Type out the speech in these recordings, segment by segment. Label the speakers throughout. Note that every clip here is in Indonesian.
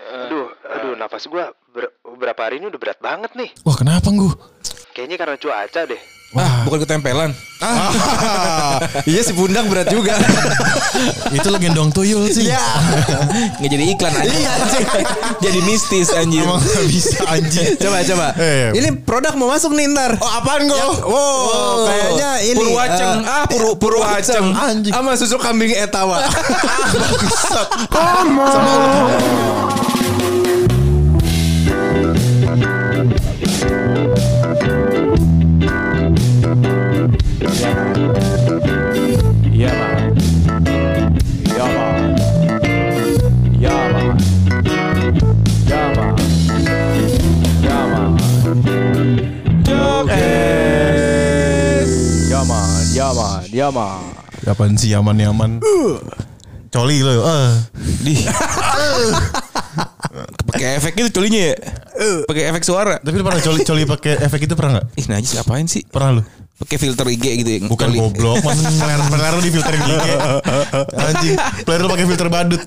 Speaker 1: Aduh, aduh napas gua ber- beberapa hari ini udah berat banget nih.
Speaker 2: Wah kenapa Nggu?
Speaker 1: Kayaknya karena cuaca deh.
Speaker 3: Ah, bukan ketempelan.
Speaker 4: Ah, iya si Bundang berat juga.
Speaker 2: Itu lo gendong tuyul sih.
Speaker 4: Iya.
Speaker 3: Nggak jadi iklan anjing.
Speaker 4: Iya, anjing.
Speaker 3: jadi mistis anjing.
Speaker 2: Emang nggak bisa anjing.
Speaker 4: Coba coba.
Speaker 2: Eh,
Speaker 4: Ini produk mau masuk nih ntar.
Speaker 2: Oh, apaan Nggu?
Speaker 4: Yang- Wow, kayaknya ini
Speaker 3: Purwaceng.
Speaker 4: eh,
Speaker 3: Ah, Puru- Purwaceng.
Speaker 2: Anjing.
Speaker 4: Sama susu kambing etawa.
Speaker 5: Yeah, man. Yeah, man. Yeah, man. Yeah, man. Yeah, man. Jokes. Yeah, man. Yeah, man. Yeah, man.
Speaker 2: Kapan sih yaman-yaman? Coli lo. Eh.
Speaker 3: Di. Pakai efek itu colinya ya? Pakai efek suara.
Speaker 2: Tapi lu pernah coli coli pakai efek itu pernah nggak?
Speaker 3: Ih najis apain sih?
Speaker 2: Pernah lu?
Speaker 3: Pakai filter IG gitu ya.
Speaker 2: Bukan
Speaker 3: Coli.
Speaker 2: goblok, masa player player lu di filter di IG. Anjing, player lu pakai filter badut.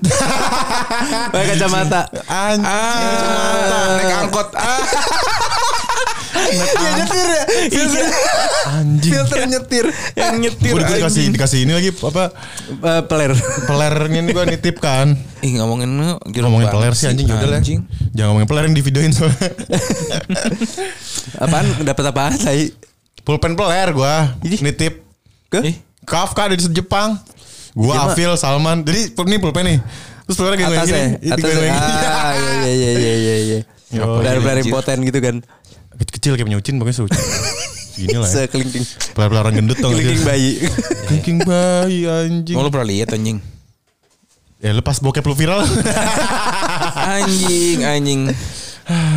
Speaker 4: Pakai kacamata.
Speaker 2: Anjing.
Speaker 3: Ah, naik angkot. Ah,
Speaker 4: Iya nyetir ya. Filter,
Speaker 2: Anjing.
Speaker 4: filter nyetir.
Speaker 3: yang nyetir.
Speaker 2: Gue dikasih
Speaker 3: anjing.
Speaker 2: dikasih ini lagi apa
Speaker 4: Eh, peler.
Speaker 2: pelernya nih gue nitip kan.
Speaker 3: Ih ngomongin lu
Speaker 4: gitu
Speaker 3: jorok
Speaker 2: Ngomongin
Speaker 3: banget
Speaker 2: peler sih anjing yaudah lah.
Speaker 3: anjing.
Speaker 2: Jangan ngomongin peler yang divideoin soalnya.
Speaker 4: Apaan? Dapat apaan tadi?
Speaker 2: Pulpen peler gue nitip
Speaker 4: Ke?
Speaker 3: Ih,
Speaker 2: Kafka ada di Jepang. Gue
Speaker 4: Iya, Mak.
Speaker 2: Afil Salman. Jadi ini pulpen nih. Terus peler gini
Speaker 4: Atasnya.
Speaker 3: ya,
Speaker 2: gini.
Speaker 4: Atasnya. ya? Ah, iya iya iya iya iya.
Speaker 2: Ngapain
Speaker 4: Peler-peler
Speaker 3: anjir?
Speaker 4: impoten gitu kan.
Speaker 2: Kecil kayak punya ucin pokoknya seucin. Gini lah ya.
Speaker 4: Sekelingking.
Speaker 2: Peler-peler orang gendut tau gak sih?
Speaker 4: eh, Kelingking bayi.
Speaker 2: Kelingking bayi anjing.
Speaker 3: mau lu pernah lihat anjing?
Speaker 2: Ya lepas bokep lu viral.
Speaker 3: Anjing, anjing.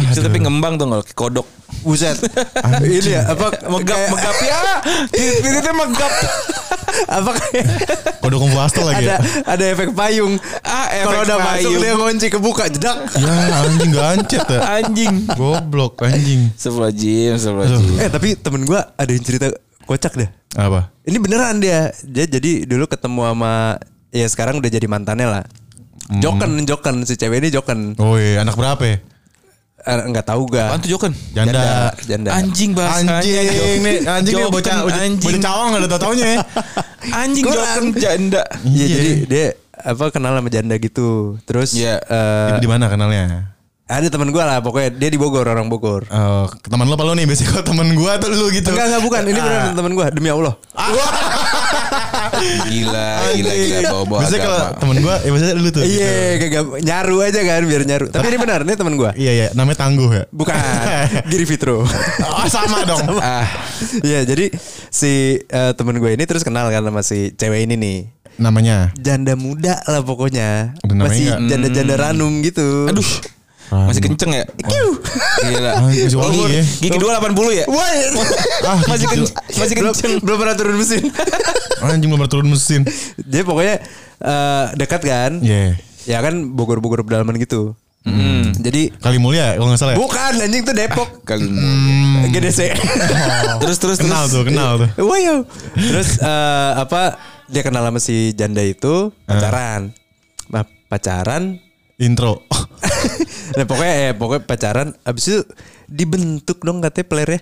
Speaker 3: Itu tapi ngembang tuh nggak kayak kodok.
Speaker 4: Buset.
Speaker 2: Anjing.
Speaker 4: Ini ya apa megap megap ya? Titiknya megap. apa kayak
Speaker 2: Kodok kumpu astel lagi ya.
Speaker 4: ada ada efek payung.
Speaker 3: Ah, efek
Speaker 4: Kalau udah masuk
Speaker 3: payung.
Speaker 4: dia ngunci kebuka jedak.
Speaker 2: Ya anjing gancet ya.
Speaker 3: Anjing.
Speaker 2: Goblok anjing.
Speaker 3: Sebelah jim, sebelah jim.
Speaker 4: Eh tapi temen gua ada yang cerita kocak dah.
Speaker 2: Apa?
Speaker 4: Ini beneran dia. Dia jadi dulu ketemu sama ya sekarang udah jadi mantannya lah. Joken, joken si cewek ini joken.
Speaker 2: Oh iya anak berapa ya?
Speaker 4: Eh, Enggak tahu gak?
Speaker 3: Apaan tuh Joken?
Speaker 2: Janda.
Speaker 4: Janda.
Speaker 3: Anjing bahasanya.
Speaker 2: Anjing nih, anjing nih
Speaker 3: Joken,
Speaker 2: bocah bocah
Speaker 3: anjing.
Speaker 2: cawang gak ada tau taunya ya.
Speaker 3: Anjing
Speaker 4: Kurang.
Speaker 3: Joken janda.
Speaker 4: Iya
Speaker 2: Iya.
Speaker 4: jadi dia apa kenal sama janda gitu. Terus
Speaker 3: Iya.
Speaker 4: eh,
Speaker 2: Di mana kenalnya?
Speaker 4: ada temen gua lah pokoknya dia di Bogor orang Bogor.
Speaker 2: Eh, teman lo apa lo nih? Biasanya kalau teman gua atau lu gitu.
Speaker 4: Enggak enggak bukan ini beneran temen gua demi Allah.
Speaker 2: Ah,
Speaker 3: Gila, gila, gila. Bawa-bawa
Speaker 2: Biasanya kalau
Speaker 3: agama.
Speaker 2: teman gua, ya biasanya lu tuh. gitu.
Speaker 4: Iya, kagak nyaru aja kan biar nyaru. Tapi ini benar, ini teman gua.
Speaker 2: Iya iya, namanya tangguh ya.
Speaker 4: Bukan Giri Fitro.
Speaker 2: Oh sama dong.
Speaker 3: Ah,
Speaker 4: Iya, jadi si eh, teman gua ini terus kenal kan sama si cewek ini nih.
Speaker 2: Namanya.
Speaker 4: Janda muda lah pokoknya.
Speaker 2: Udah namanya
Speaker 4: Masih
Speaker 2: nggak? Hmm.
Speaker 4: janda-janda ranum gitu.
Speaker 3: aduh. Masih kenceng ya? Gila.
Speaker 2: Anjing, masih wangi
Speaker 3: Umur
Speaker 2: ya.
Speaker 3: Gigi dua delapan puluh ya?
Speaker 4: Woi.
Speaker 2: Ah,
Speaker 3: Masih
Speaker 2: gitu.
Speaker 3: kenceng, masih
Speaker 4: belum,
Speaker 3: kenceng.
Speaker 4: belum pernah turun mesin.
Speaker 2: Anjing belum turun mesin.
Speaker 4: Dia pokoknya eh, dekat kan.
Speaker 2: Iya. Hmm.
Speaker 4: Ya kan Bogor-Bogor pedalaman gitu. Jadi
Speaker 2: Kali mulia kalau nggak salah. ya? Hmm.
Speaker 4: bukan anjing tuh Depok.
Speaker 3: Kali.
Speaker 4: GDC.
Speaker 3: Terus terus
Speaker 2: Kenal
Speaker 3: terus.
Speaker 2: tuh, kenal tuh.
Speaker 4: Wow. Terus eh, apa dia kenal sama si janda itu
Speaker 2: Eh.
Speaker 4: pacaran. Nah, pacaran.
Speaker 2: Intro.
Speaker 4: Nah, pokoknya eh, pokoknya pacaran abis itu dibentuk dong katanya playernya.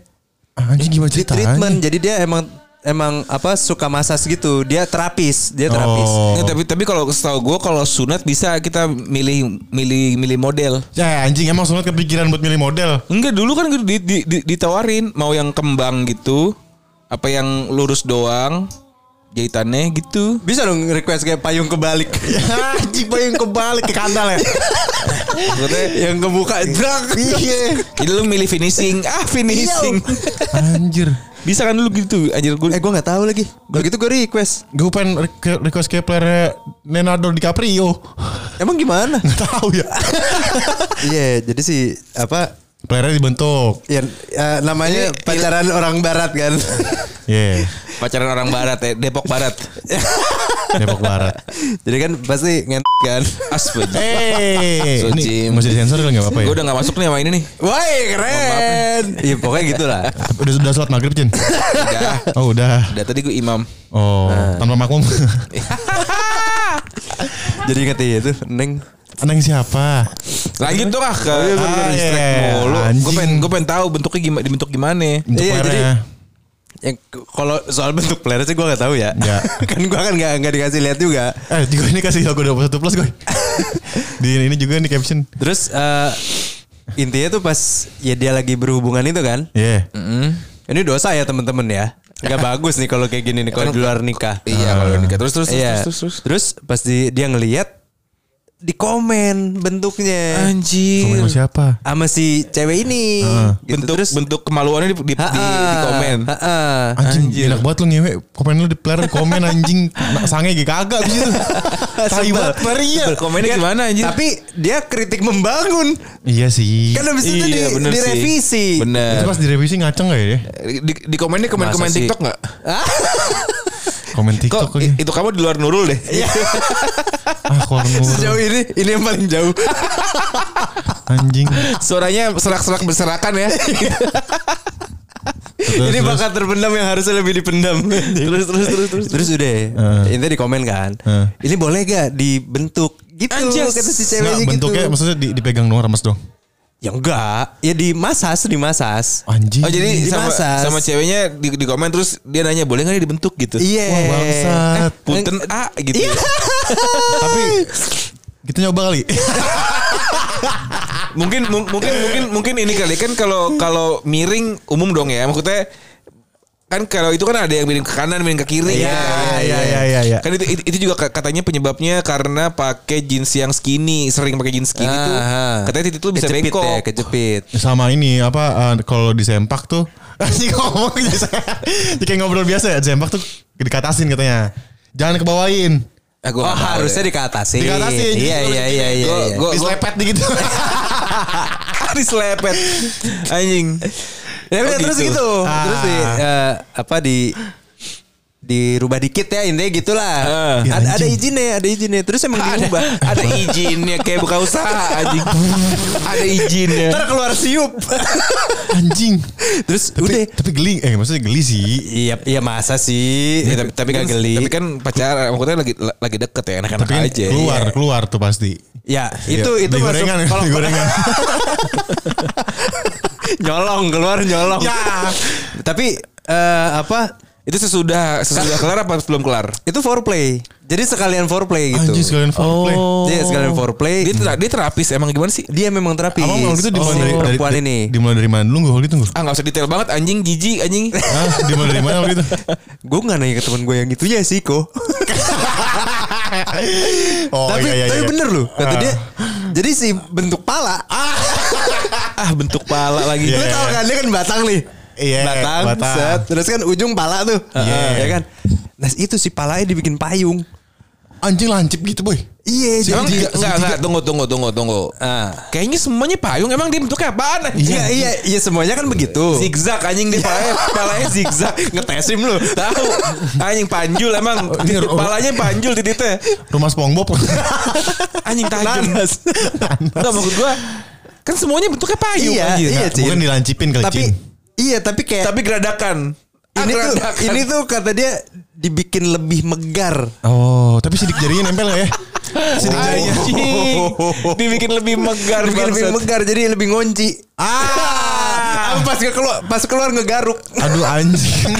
Speaker 2: Ah, Anjing gimana
Speaker 4: Di
Speaker 2: ceritanya?
Speaker 4: treatment. Jadi dia emang emang apa suka masas gitu. Dia terapis, dia terapis.
Speaker 2: Oh.
Speaker 3: Nggak, tapi tapi kalau setahu gue kalau sunat bisa kita milih milih milih model.
Speaker 2: Ya anjing emang sunat kepikiran buat milih model.
Speaker 3: Enggak dulu kan gitu di- di- di- ditawarin mau yang kembang gitu, apa yang lurus doang, jahitannya gitu.
Speaker 4: Bisa dong request kayak payung kebalik.
Speaker 2: anjing payung kebalik ke kandal ya.
Speaker 3: Maksudnya
Speaker 4: yang kebuka drag. Iya.
Speaker 3: jadi lu milih finishing, ah finishing.
Speaker 2: Anjir.
Speaker 3: bisa kan dulu gitu, anjir gue.
Speaker 4: Eh gua nggak tahu lagi. Kalau gitu gue request.
Speaker 2: Gue pengen re- ke- request ke player Leonardo DiCaprio.
Speaker 4: Emang gimana?
Speaker 2: Gak tahu ya.
Speaker 4: Iya, jadi si apa
Speaker 2: Playernya dibentuk.
Speaker 4: Ya, eh, namanya
Speaker 3: Ini-
Speaker 4: pacaran orang barat kan.
Speaker 2: Iya.
Speaker 3: Pacaran orang barat ya, Depok Barat.
Speaker 2: Depok Barat.
Speaker 4: Jadi kan pasti ngentot kan.
Speaker 3: Asbaj.
Speaker 2: Eh,
Speaker 3: So,
Speaker 2: ini
Speaker 3: Jim.
Speaker 2: masih disensor kan nggak apa-apa ya?
Speaker 3: Gue udah gak masuk nih sama ini nih.
Speaker 4: Woi, keren. Iya, pokoknya gitulah.
Speaker 2: Udah udah sholat maghrib Jin.
Speaker 3: Udah,
Speaker 2: Oh udah.
Speaker 3: udah tadi gue imam. Nah.
Speaker 2: Oh tanpa makmum.
Speaker 4: Jadi ngerti itu, Neng.
Speaker 2: Neng siapa?
Speaker 3: Lanjut dong ah ke
Speaker 2: bener,
Speaker 3: distract
Speaker 2: iya.
Speaker 3: mulu. Gue
Speaker 2: Anjing.
Speaker 3: pengen gue pengen tahu bentuknya gimana dibentuk gimana.
Speaker 2: Untuk
Speaker 4: Iya,
Speaker 2: mana?
Speaker 4: jadi- Yang k- Ya, kalau soal bentuk player sih gue gak tahu ya.
Speaker 2: Ya.
Speaker 4: kan gue kan gak, nggak dikasih lihat juga.
Speaker 2: Eh juga ini kasih aku 21 plus gue. Di ini juga nih caption.
Speaker 4: Terus eh, intinya tuh pas ya dia lagi berhubungan itu kan.
Speaker 2: Iya.
Speaker 4: Ini dosa ya temen-temen ya. Gak bagus nih kalau kayak gini nih kalau di luar nikah.
Speaker 3: Iya kalau nikah terus terus
Speaker 4: Iya.
Speaker 3: terus terus. terus.
Speaker 4: Terus pas di, dia ngelihat di komen bentuknya
Speaker 3: Anjir.
Speaker 2: Kamu siapa?
Speaker 4: sama si cewek ini. Gitu.
Speaker 3: Ah. bentuk
Speaker 4: Terus-
Speaker 3: bentuk kemaluannya di di, di, di
Speaker 4: Ha-ha,
Speaker 3: komen.
Speaker 4: ha-ha.
Speaker 2: Anjing, enak banget lu ngewe. Komen lu di player, komen anjing. Nah, sange gak kagak abis itu. Tai
Speaker 4: Sebel.
Speaker 2: banget player, iya.
Speaker 3: Sebel. Komennya
Speaker 4: Kan,
Speaker 3: gimana, anjir?
Speaker 4: Tapi dia kritik membangun.
Speaker 2: Iya sih.
Speaker 4: Kan Nah. abis itu di,
Speaker 3: bener sih.
Speaker 4: direvisi.
Speaker 3: Bener.
Speaker 2: Itu pas direvisi ngaceng gak ya?
Speaker 3: Di, di komennya komen-komen
Speaker 4: Masa sih?
Speaker 3: TikTok nggak?
Speaker 2: Komen
Speaker 3: Kok
Speaker 2: TikTok
Speaker 3: i-
Speaker 2: lagi.
Speaker 3: itu kamu di luar Nurul deh.
Speaker 2: Ah, kolom
Speaker 4: Sejauh ini ini yang paling jauh.
Speaker 2: Anjing.
Speaker 3: Suaranya serak-serak berserakan ya.
Speaker 4: ini bakat terpendam yang harusnya lebih dipendam. terus terus terus terus. Terus udah.
Speaker 2: Heeh.
Speaker 4: Intinya di komen kan.
Speaker 2: Heeh.
Speaker 4: Ini boleh gak dibentuk gitu
Speaker 3: Anjas.
Speaker 4: kata si
Speaker 2: Nggak,
Speaker 4: ceweknya gitu.
Speaker 2: bentuknya maksudnya di- dipegang dong remes dong.
Speaker 4: Ya enggak, ya dimasas, dimasas.
Speaker 2: Anjing.
Speaker 3: Oh jadi sama,
Speaker 4: Dimasas.
Speaker 3: sama ceweknya di, di komen terus dia nanya boleh nggak dia dibentuk gitu?
Speaker 4: Iya.
Speaker 2: Wah, bangsat.
Speaker 3: Punten A gitu. ya.
Speaker 2: Tapi kita nyoba kali.
Speaker 3: mungkin mung- mungkin mungkin mungkin ini kali kan kalau kalau miring umum dong ya maksudnya kan kalau itu kan ada yang miring ke kanan miring ke kiri
Speaker 4: Iya,
Speaker 3: kan.
Speaker 4: iya, iya,
Speaker 2: iya, iya.
Speaker 3: kan itu, itu itu juga ka- katanya penyebabnya karena pakai jeans yang skinny sering pakai jeans skinny tuh
Speaker 4: Ah, ah.
Speaker 3: katanya titik lu bisa
Speaker 4: Kejepit
Speaker 3: bengkok
Speaker 4: ya, kejepit.
Speaker 2: sama ini apa eh, kalau disempak tuh anjing ngomong jadi saya- jadi kayak ngobrol biasa ya disempak tuh dikatasin katanya jangan kebawain
Speaker 3: aku
Speaker 4: Oh, harusnya
Speaker 3: iya.
Speaker 4: dikatasin.
Speaker 2: Dikatasin.
Speaker 4: Iya, iya, iya, iya.
Speaker 3: Gua-
Speaker 4: iya.
Speaker 3: gua-
Speaker 2: diselepet nih gitu
Speaker 3: diselepet anjing
Speaker 4: Ya
Speaker 3: Oh,
Speaker 4: udah, terus
Speaker 3: gitu.
Speaker 4: gitu. Terus di eh, apa di dirubah dikit ya intinya gitulah.
Speaker 3: Ah.
Speaker 2: Ya,
Speaker 4: ada, ada
Speaker 2: anjing.
Speaker 4: izinnya, ada izinnya. Terus emang
Speaker 3: ada,
Speaker 4: diubah.
Speaker 3: ada izinnya kayak buka usaha anjing ada izinnya
Speaker 4: Ntar keluar siup.
Speaker 2: anjing
Speaker 4: Terus
Speaker 2: tapi,
Speaker 4: udah.
Speaker 2: tapi geli eh maksudnya geli sih
Speaker 4: Iya, iya masa sih? Eh,
Speaker 3: Ya, tapi, tapi kan
Speaker 4: Nggak geli.
Speaker 3: tapi kan pacar maksudnya lagi lagi deket ya enak-enak
Speaker 2: tapi kan
Speaker 3: aja
Speaker 2: keluar keluar tuh pasti
Speaker 4: ya iya. itu
Speaker 2: Iya.
Speaker 4: itu
Speaker 2: Beli
Speaker 4: masuk
Speaker 2: gorengan
Speaker 4: kalau Gitu.
Speaker 2: beli gorengan
Speaker 4: nyolong keluar nyolong.
Speaker 3: Ya.
Speaker 4: Tapi eh, apa?
Speaker 3: Itu sesudah sesudah kelar apa sebelum kelar?
Speaker 4: Itu foreplay. Jadi sekalian foreplay gitu.
Speaker 2: anjing sekalian foreplay
Speaker 4: Jadi sekalian foreplay.
Speaker 3: Oh. Dia ter- dia terapis emang gimana sih?
Speaker 4: dia memang terapis.
Speaker 2: Abang waktu itu dimulai
Speaker 4: Si
Speaker 2: dari, dari,
Speaker 4: perempuan ini.
Speaker 2: dimulai dari mana dulu gue waktu itu gue?
Speaker 3: Ah nggak usah detail banget anjing jijik anjing.
Speaker 4: Eh,
Speaker 2: Hah? Dimulai dari mana waktu itu?
Speaker 4: Gue gak nanya ke temen gue yang itunya sih kok.
Speaker 2: Oh
Speaker 4: tapi
Speaker 2: iya iya
Speaker 4: tapi
Speaker 2: iya.
Speaker 4: bener loh kata dia. Jadi si bentuk pala.
Speaker 3: ah
Speaker 4: Ah,
Speaker 3: bentuk pala lagi.
Speaker 4: lu tau kan dia kan batang nih.
Speaker 2: Iya,
Speaker 4: batang,
Speaker 2: batang.
Speaker 4: set, terus kan ujung pala tuh.
Speaker 2: Iya.
Speaker 4: Ya kan. Nah itu si palanya dibikin payung.
Speaker 2: Anjing lancip gitu boy.
Speaker 4: Iya,
Speaker 3: Emang
Speaker 4: jadi-
Speaker 3: enggak, enggak, enggak, tunggu tunggu tunggu tunggu.
Speaker 4: Ah.
Speaker 3: Kayaknya semuanya payung emang dia bentuknya apaan? anjing?
Speaker 4: Iya, iya, iya semuanya kan begitu.
Speaker 3: Zigzag anjing dia palanya, palanya zigzag ngetesim lu. Tahu anjing panjul emang
Speaker 2: Ini ru-
Speaker 3: palanya panjul titiknya.
Speaker 2: Rumah SpongeBob.
Speaker 3: Anjing tajam.
Speaker 4: Nanas.
Speaker 3: Enggak maksud gua kan semuanya bentuknya payung
Speaker 4: Iya,
Speaker 3: anjing.
Speaker 4: iya, Cin.
Speaker 2: Bukan dilancipin kali Cin.
Speaker 4: tapi iya, tapi kayak
Speaker 3: Tapi gradakan. Ah,
Speaker 4: ini tuh
Speaker 3: gradakan.
Speaker 4: ini tuh kata dia dibikin lebih megar.
Speaker 2: Oh, tapi sidik jarinya nempel nggak ya? Sidik jarinya.
Speaker 3: Anjing. Dibikin lebih megar.
Speaker 4: Dibikin lebih
Speaker 3: bangsat.
Speaker 4: megar jadi lebih ngonci. Ah, pas ke- keluar pas keluar ngegaruk.
Speaker 2: Aduh anjing.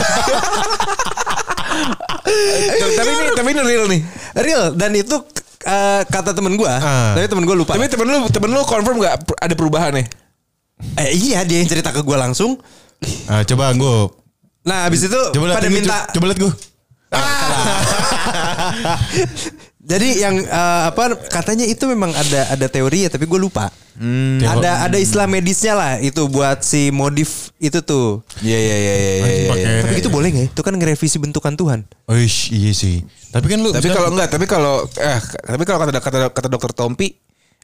Speaker 3: Tuh, Tapi ini tapi ini real nih.
Speaker 4: Real dan itu eh, kata temen gua,
Speaker 2: Ah.
Speaker 4: tapi temen gua lupa.
Speaker 3: Tapi temen lu temen lu confirm gak per- ada perubahan ya? nih?
Speaker 4: Eh, iya dia yang cerita ke gua langsung.
Speaker 2: Ah, coba gue.
Speaker 4: Nah, habis itu
Speaker 2: Coba lihat
Speaker 4: pada
Speaker 2: gua,
Speaker 4: minta
Speaker 2: coba- Coba lihat gue.
Speaker 4: Ah, Jadi yang eh, apa katanya itu memang ada ada teori ya tapi gue lupa.
Speaker 2: Teori.
Speaker 4: Hmm. Ada ada istilah medisnya lah itu buat si modif itu tuh.
Speaker 3: Iya iya iya iya.
Speaker 2: Pakai.
Speaker 4: Tapi itu boleh nggak? ya? Itu kan ngerevisi bentukan Tuhan.
Speaker 2: Oish, iya sih. Tapi kan lu.
Speaker 3: Tapi kalau enggak, tapi kalau eh tapi kalau kata kata kata dokter Tompi,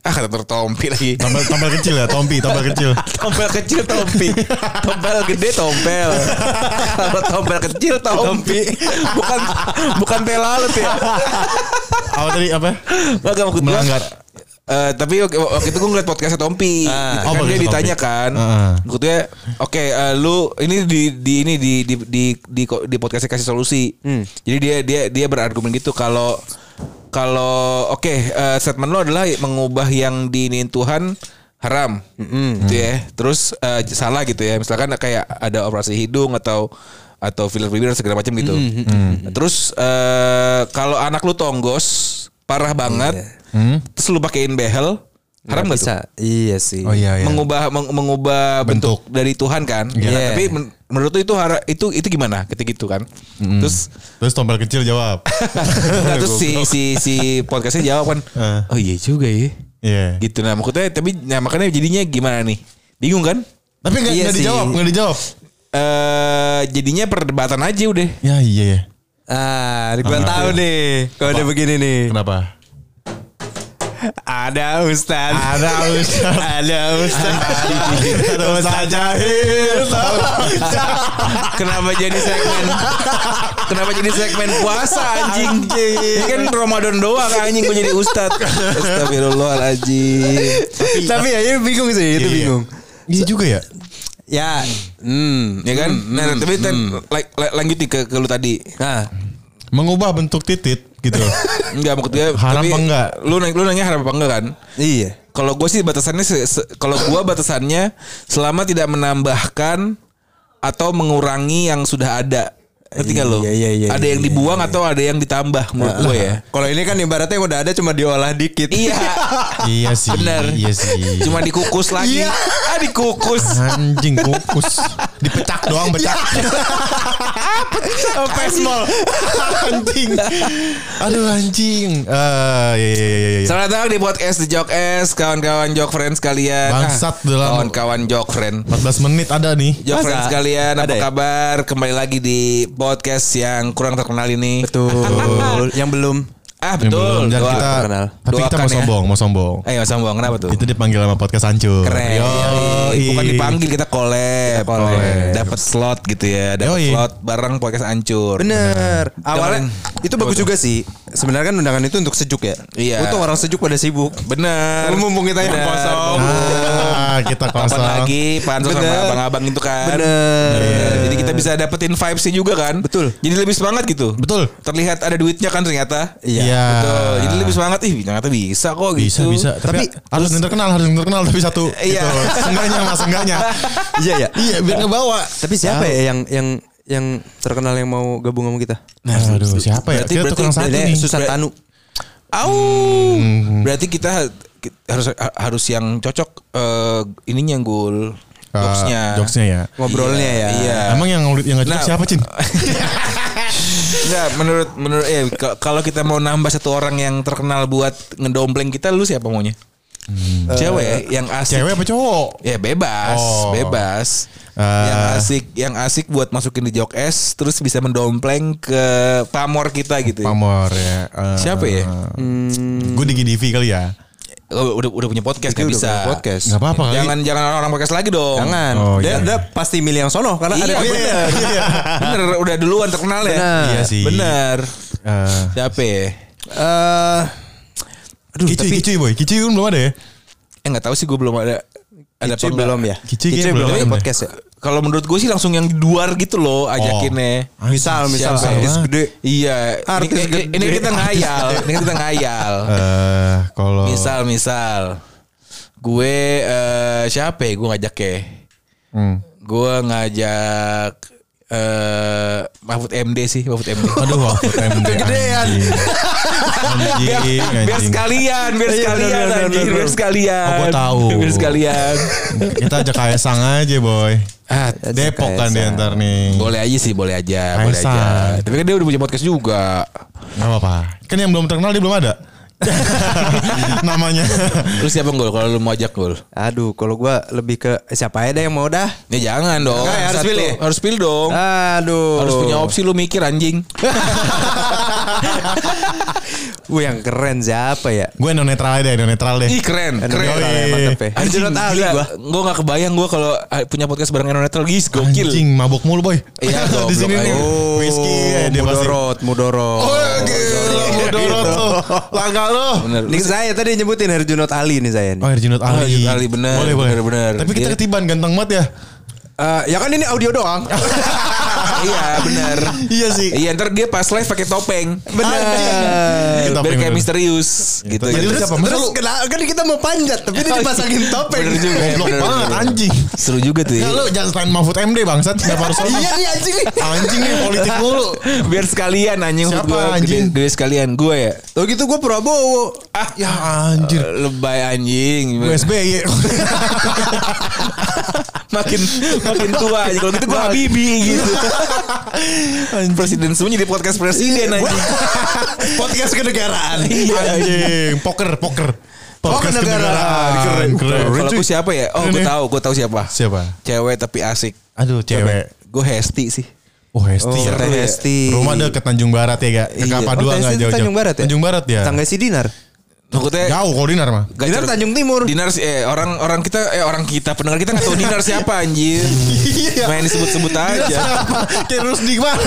Speaker 3: ah kata dokter Tompi lagi.
Speaker 2: tambal, tambal kecil ya, Tompi, tambal kecil.
Speaker 3: Tompel kecil Tompi Tompel gede Tompel Kalau tompel kecil Tompi Bukan bukan pelalut ya
Speaker 2: Apa tadi apa?
Speaker 3: Enggak maksud gua-
Speaker 2: Melanggar.
Speaker 3: Eh, tapi waktu, waktu itu gue ngeliat podcastnya Tompi,
Speaker 4: Ah.
Speaker 2: Oh,
Speaker 3: kan
Speaker 2: podcastnya
Speaker 3: dia ditanya
Speaker 2: Tompi. Ah.
Speaker 3: kan,
Speaker 2: Heeh.
Speaker 3: maksudnya oke eh, lu ini di di ini di di di di, di, podcastnya kasih solusi, jadi dia dia dia berargumen gitu kalau kalau oke eh, statement lo adalah mengubah yang diinin Tuhan haram, gitu ya. Terus eh, salah gitu ya. Misalkan kayak ada operasi hidung atau atau filler filler segala macam gitu. Terus eh, kalau anak lu tonggos parah banget, terus lu pakein behel, haram nggak tuh?
Speaker 4: bisa. Iya sih.
Speaker 2: Oh iya iya.
Speaker 3: mengubah meng- mengubah bentuk. dari Tuhan kan.
Speaker 4: Iya.
Speaker 3: Nah, tapi men- menurut lu itu hara- itu itu gimana ketika itu kan? Terus
Speaker 2: Terus tombol kecil jawab.
Speaker 3: Nah, terus si si si podcastnya jawab kan,
Speaker 2: Eh.
Speaker 3: oh iya juga ya,
Speaker 2: Iya.
Speaker 3: gitu. Nah maksudnya tapi nah makanya jadinya gimana nih? Bingung kan?
Speaker 2: Tapi nggak
Speaker 4: Iya
Speaker 2: nggak
Speaker 4: sih.
Speaker 2: dijawab, nggak dijawab.
Speaker 3: Eh jadinya perdebatan aja udah. Gitu.
Speaker 2: Ya iya ya.
Speaker 4: Ah,
Speaker 2: Ah.
Speaker 4: Ridwan tahu nih kalau udah begini nih.
Speaker 2: Kenapa?
Speaker 4: Ada Ustaz.
Speaker 2: Ada Ustaz.
Speaker 4: Ada Ustaz.
Speaker 2: Ada Ustaz Jahil.
Speaker 3: Kenapa jadi segmen? kenapa jadi segmen puasa anjing? Ini kan Ramadan doang anjing gue jadi ustad. Astagfirullahaladzim.
Speaker 4: Tapi ya ini bingung sih, itu
Speaker 2: Iya, iya.
Speaker 4: bingung.
Speaker 2: Iya juga ya.
Speaker 4: Ya,
Speaker 3: Hmm, ya kan? nah, tapi kan
Speaker 4: hmm.
Speaker 3: la- la- lanjut nih ke, ke lu tadi.
Speaker 4: nah,
Speaker 2: Mengubah bentuk titit gitu.
Speaker 3: Enggak maksud gue
Speaker 2: Haram apa enggak?
Speaker 3: Lu nanya, lu nanya haram apa enggak kan?
Speaker 4: iya.
Speaker 3: Kalau gue sih batasannya se- se- kalau gua batasannya selama tidak menambahkan atau mengurangi yang sudah ada. Ketika lo
Speaker 4: Iya, iya, iya,
Speaker 3: ada
Speaker 4: iya,
Speaker 3: yang
Speaker 4: iya,
Speaker 3: dibuang atau ada yang ditambah menurut gue ya.
Speaker 4: Kalau ini kan ibaratnya yang udah ada cuma diolah dikit.
Speaker 3: Iya,
Speaker 2: iya sih.
Speaker 3: Bener.
Speaker 2: Iya sih.
Speaker 3: cuma dikukus lagi.
Speaker 4: Iya.
Speaker 3: Ah, dikukus.
Speaker 2: Anjing kukus Dipecak doang pecak Pesmol Anjing Aduh anjing Eh, iya, iya, iya, iya.
Speaker 3: Selamat datang di podcast The Jok S, kawan-kawan Jok Friends kalian. Ah,
Speaker 2: Bangsat dalam-
Speaker 3: kawan-kawan Jok Friend.
Speaker 2: 14 menit ada nih
Speaker 3: Jok
Speaker 4: Masa?
Speaker 3: Friends kalian, apa
Speaker 4: Ada ya?
Speaker 3: kabar? Kembali lagi di podcast yang kurang terkenal ini.
Speaker 4: Betul. yang belum.
Speaker 3: Ah,
Speaker 2: Yang belum.
Speaker 3: betul.
Speaker 2: Dan
Speaker 3: Doa-
Speaker 2: kita
Speaker 4: terkenal.
Speaker 2: Tapi kita
Speaker 3: Doakan
Speaker 2: mau
Speaker 3: ya.
Speaker 2: sombong Mau sombong
Speaker 3: Eh, nggak sombong, kenapa tuh?
Speaker 2: Itu dipanggil sama podcast hancur
Speaker 3: Keren.
Speaker 2: Yoi.
Speaker 3: Bukan dipanggil kita
Speaker 4: Iya,
Speaker 3: collab. Dapat slot gitu ya. Dapat
Speaker 2: Yoi.
Speaker 3: slot bareng podcast hancur.
Speaker 4: Bener. Awalnya
Speaker 3: Dengerin.
Speaker 4: itu bagus juga sih. Sebenarnya kan undangan itu untuk sejuk ya.
Speaker 3: Iya.
Speaker 4: Untuk orang sejuk pada sibuk.
Speaker 3: Bener.
Speaker 4: Mumpung kita yang
Speaker 3: Bener.
Speaker 4: kosong.
Speaker 2: Ah, Kita
Speaker 3: Kapan
Speaker 2: kosong
Speaker 3: lagi pansos sama
Speaker 4: Bener.
Speaker 3: abang-abang itu kan.
Speaker 4: Bener.
Speaker 2: Iya.
Speaker 3: Bener. Jadi kita bisa dapetin vibes-nya juga kan.
Speaker 4: Betul.
Speaker 3: Jadi lebih semangat gitu.
Speaker 2: Betul
Speaker 3: Terlihat ada duitnya kan ternyata.
Speaker 4: Iya.
Speaker 2: Iya.
Speaker 3: Betul. Jadi lebih semangat. Ih, ternyata bisa kok
Speaker 2: bisa
Speaker 3: gitu.
Speaker 2: bisa tapi, harus yang terkenal harus yang terkenal tapi satu
Speaker 3: Iya.
Speaker 2: gitu sengganya mas sengganya
Speaker 4: Iya ya.
Speaker 2: iya biar ngebawa
Speaker 4: Tapi siapa ya yang yang yang terkenal yang mau gabung sama kita?
Speaker 2: aduh siapa ya
Speaker 3: Berarti-
Speaker 2: kita
Speaker 3: berarti-
Speaker 2: tukang satu
Speaker 3: berarti
Speaker 2: nih
Speaker 4: Susah Tanu.
Speaker 3: Au.
Speaker 2: Hmm.
Speaker 3: Berarti kita ki- harus ha- harus yang cocok eh, ininya gul
Speaker 2: Ah,
Speaker 3: jokesnya
Speaker 2: jokesnya ya.
Speaker 4: Ngobrolnya
Speaker 3: Iya,
Speaker 4: ya.
Speaker 3: iya
Speaker 2: Emang yang yang gak cocok
Speaker 3: Nah.
Speaker 2: siapa Cin?
Speaker 3: Enggak, menurut menurut eh ka- kalau kita mau nambah satu orang yang terkenal buat ngedompleng kita lu siapa maunya? Cewek yang asik.
Speaker 2: Hmm. Eh, Cewek apa cowok?
Speaker 3: Ya bebas,
Speaker 2: Oh.
Speaker 3: bebas.
Speaker 2: Eh.
Speaker 3: yang asik, yang asik buat masukin di jok es terus bisa mendompleng ke pamor kita gitu.
Speaker 2: Pamor ya. Eh, hmm.
Speaker 3: Siapa ya? Hmm.
Speaker 2: Gue di GDV kali ya.
Speaker 3: Oh, udah udah punya podcast
Speaker 4: Itu
Speaker 3: nggak
Speaker 4: udah
Speaker 3: bisa.
Speaker 4: punya podcast.
Speaker 2: Gak apa-apa kali.
Speaker 3: Jangan jangan orang-orang podcast lagi dong.
Speaker 4: Jangan.
Speaker 2: Oh,
Speaker 4: dia,
Speaker 2: iya.
Speaker 4: dia pasti milih yang sono karena
Speaker 3: Iya,
Speaker 4: ada
Speaker 3: bener. bener, udah duluan terkenal ya.
Speaker 4: Bener.
Speaker 2: Iya sih.
Speaker 3: Bener.
Speaker 2: Eh,
Speaker 3: Siapa ya?
Speaker 4: Eh, aduh,
Speaker 2: kicuy,
Speaker 4: tapi
Speaker 2: kicuy boy. Kicuy kan belum ada ya?
Speaker 3: Eh nggak tahu sih gue belum ada ada apa
Speaker 4: Kicuy belum
Speaker 3: nggak.
Speaker 4: ya?
Speaker 2: Kicuy
Speaker 4: Kicuy
Speaker 2: kayaknya
Speaker 4: belum
Speaker 2: belum
Speaker 4: ada
Speaker 2: ada.
Speaker 4: podcast ya?
Speaker 3: Kalau menurut gue sih langsung yang di luar gitu loh ajakinnya.
Speaker 2: Oh. Misal,
Speaker 4: misal,
Speaker 3: Siapa?
Speaker 4: artis gede.
Speaker 3: Iya.
Speaker 4: Artis
Speaker 3: ini,
Speaker 4: gede.
Speaker 3: ini- ini kita ngayal. ini kita ngayal.
Speaker 2: Eh, kalau
Speaker 3: Misal misal gue eh, siapa ya gue ngajak ya?
Speaker 2: Hmm.
Speaker 3: Gue ngajak eh Mahfud MD sih, Mahfud MD.
Speaker 2: Aduh, waktu MD
Speaker 3: Kegedean.
Speaker 2: Anjing, anjing,
Speaker 3: biar, biar
Speaker 2: anjing.
Speaker 3: sekalian, biar
Speaker 4: Iya,
Speaker 3: sekalian
Speaker 4: bener, bener,
Speaker 3: anjing,
Speaker 4: bener,
Speaker 3: biar
Speaker 4: bener.
Speaker 3: sekalian.
Speaker 2: Oh, gua tahu.
Speaker 3: Biar sekalian.
Speaker 2: Kita ajak Kaisang aja boy.
Speaker 3: ah,
Speaker 2: Depok kan dia
Speaker 4: Kaisang.
Speaker 2: ntar nih.
Speaker 3: boleh aja sih, boleh aja, boleh
Speaker 2: Kaisang.
Speaker 3: aja. Tapi kan dia udah punya podcast juga.
Speaker 2: Gak apa-apa. Kan yang belum terkenal dia belum ada. Namanya.
Speaker 3: Lu siapa gol kalau lu mau ajak gol?
Speaker 4: Aduh, kalau gua lebih ke siapa aja deh yang mau dah.
Speaker 3: Ya jangan dong.
Speaker 4: Jangan, harus
Speaker 3: Satu-
Speaker 4: pilih.
Speaker 3: Harus pilih dong.
Speaker 4: Aduh.
Speaker 3: Harus punya opsi lu mikir anjing.
Speaker 4: Uh, yang keren siapa ya?
Speaker 2: Gue no netral aja deh, no netral deh.
Speaker 3: Ih keren,
Speaker 4: Yang
Speaker 3: keren.
Speaker 4: netral ya,
Speaker 2: Yoi.
Speaker 4: mantep ya.
Speaker 3: Anjing
Speaker 4: Anjir,
Speaker 3: gila.
Speaker 4: gua.
Speaker 3: Gue gak kebayang gue kalau eh, punya podcast bareng Enonetral Gis gokil.
Speaker 2: Anjing mabuk mulu boy.
Speaker 3: Iya,
Speaker 2: di
Speaker 3: goblok
Speaker 2: sini nih.
Speaker 3: aja.
Speaker 2: Whisky ya, dia pasti.
Speaker 4: mudorot, mudorot.
Speaker 2: Oh, gila, mudorot tuh. Langka lo.
Speaker 3: Bener.
Speaker 4: Ini saya tadi nyebutin Herjunot Ali nih saya nih.
Speaker 2: Oh, Herjunot Ali.
Speaker 3: Herjunot Ali, bener, Iya.
Speaker 2: Boleh, boleh.
Speaker 3: bener, bener.
Speaker 2: Tapi kita
Speaker 3: Dia-
Speaker 2: ketiban ganteng banget ya.
Speaker 4: Eh, ya kan ini audio doang.
Speaker 3: iya benar.
Speaker 2: Iya sih.
Speaker 3: Iya ntar dia pas live pakai topeng.
Speaker 2: Anjing.
Speaker 3: Benar. Biar
Speaker 2: Topeng
Speaker 3: kayak
Speaker 2: bener.
Speaker 3: misterius gitu.
Speaker 2: Jadi
Speaker 3: gitu.
Speaker 2: lu siapa? Masa
Speaker 4: Terus
Speaker 2: lu
Speaker 4: kena, kan kita mau panjat tapi dia dipasangin topeng.
Speaker 3: Iya. Bener juga.
Speaker 2: goblok
Speaker 3: Bener,
Speaker 2: banget
Speaker 3: bener.
Speaker 2: anjing.
Speaker 3: Seru juga tuh ya.
Speaker 2: Ya lu jangan selain Mahfud MD bangsat, enggak harus
Speaker 4: Iya nih anjing nih.
Speaker 2: Anjing nih politik mulu.
Speaker 3: Biar sekalian anjing
Speaker 2: Siapa,
Speaker 3: gua
Speaker 2: anjing?
Speaker 3: gede, gede sekalian gue ya.
Speaker 4: Tuh gitu gue Prabowo.
Speaker 3: Ah,
Speaker 2: Ya anjir.
Speaker 3: lebay anjing.
Speaker 2: Gue SBY.
Speaker 3: makin makin tua aja kalau gitu gua Habibi gitu. presiden semuanya jadi podcast presiden Iya, aja.
Speaker 4: Podcast kenegaraan.
Speaker 2: Anjing, poker, poker. Podcast
Speaker 4: kenegaraan.
Speaker 2: Oh, kenegaraan. Keren.
Speaker 3: Kalau
Speaker 2: cuy.
Speaker 3: gue siapa ya? Oh,
Speaker 2: Keren
Speaker 3: gue
Speaker 2: ya.
Speaker 3: tahu, gue tahu siapa.
Speaker 2: Siapa?
Speaker 3: Cewek tapi asik.
Speaker 2: Aduh, cewek.
Speaker 3: Gue Hesti sih.
Speaker 2: Oh, Hesti ya.
Speaker 4: Teh Hesti. Iya.
Speaker 2: Rumah dekat Tanjung Barat ya gak? Ke
Speaker 3: Iya.
Speaker 2: Kapadua
Speaker 4: Oh, Teh
Speaker 2: gak
Speaker 4: Hesti
Speaker 2: jauh-jauh.
Speaker 4: Tanjung Barat ya?
Speaker 2: Tanjung Barat ya?
Speaker 4: Tangga si Dinar.
Speaker 3: Takutnya
Speaker 2: Jauh kalau dinar mah.
Speaker 3: gak
Speaker 4: Dinar
Speaker 3: cer-
Speaker 4: Tanjung Timur.
Speaker 3: Dinar sih, eh orang orang kita eh orang kita pendengar kita nggak tahu Dinar siapa anjir. Main disebut-sebut aja.
Speaker 2: Kayak terus di mana?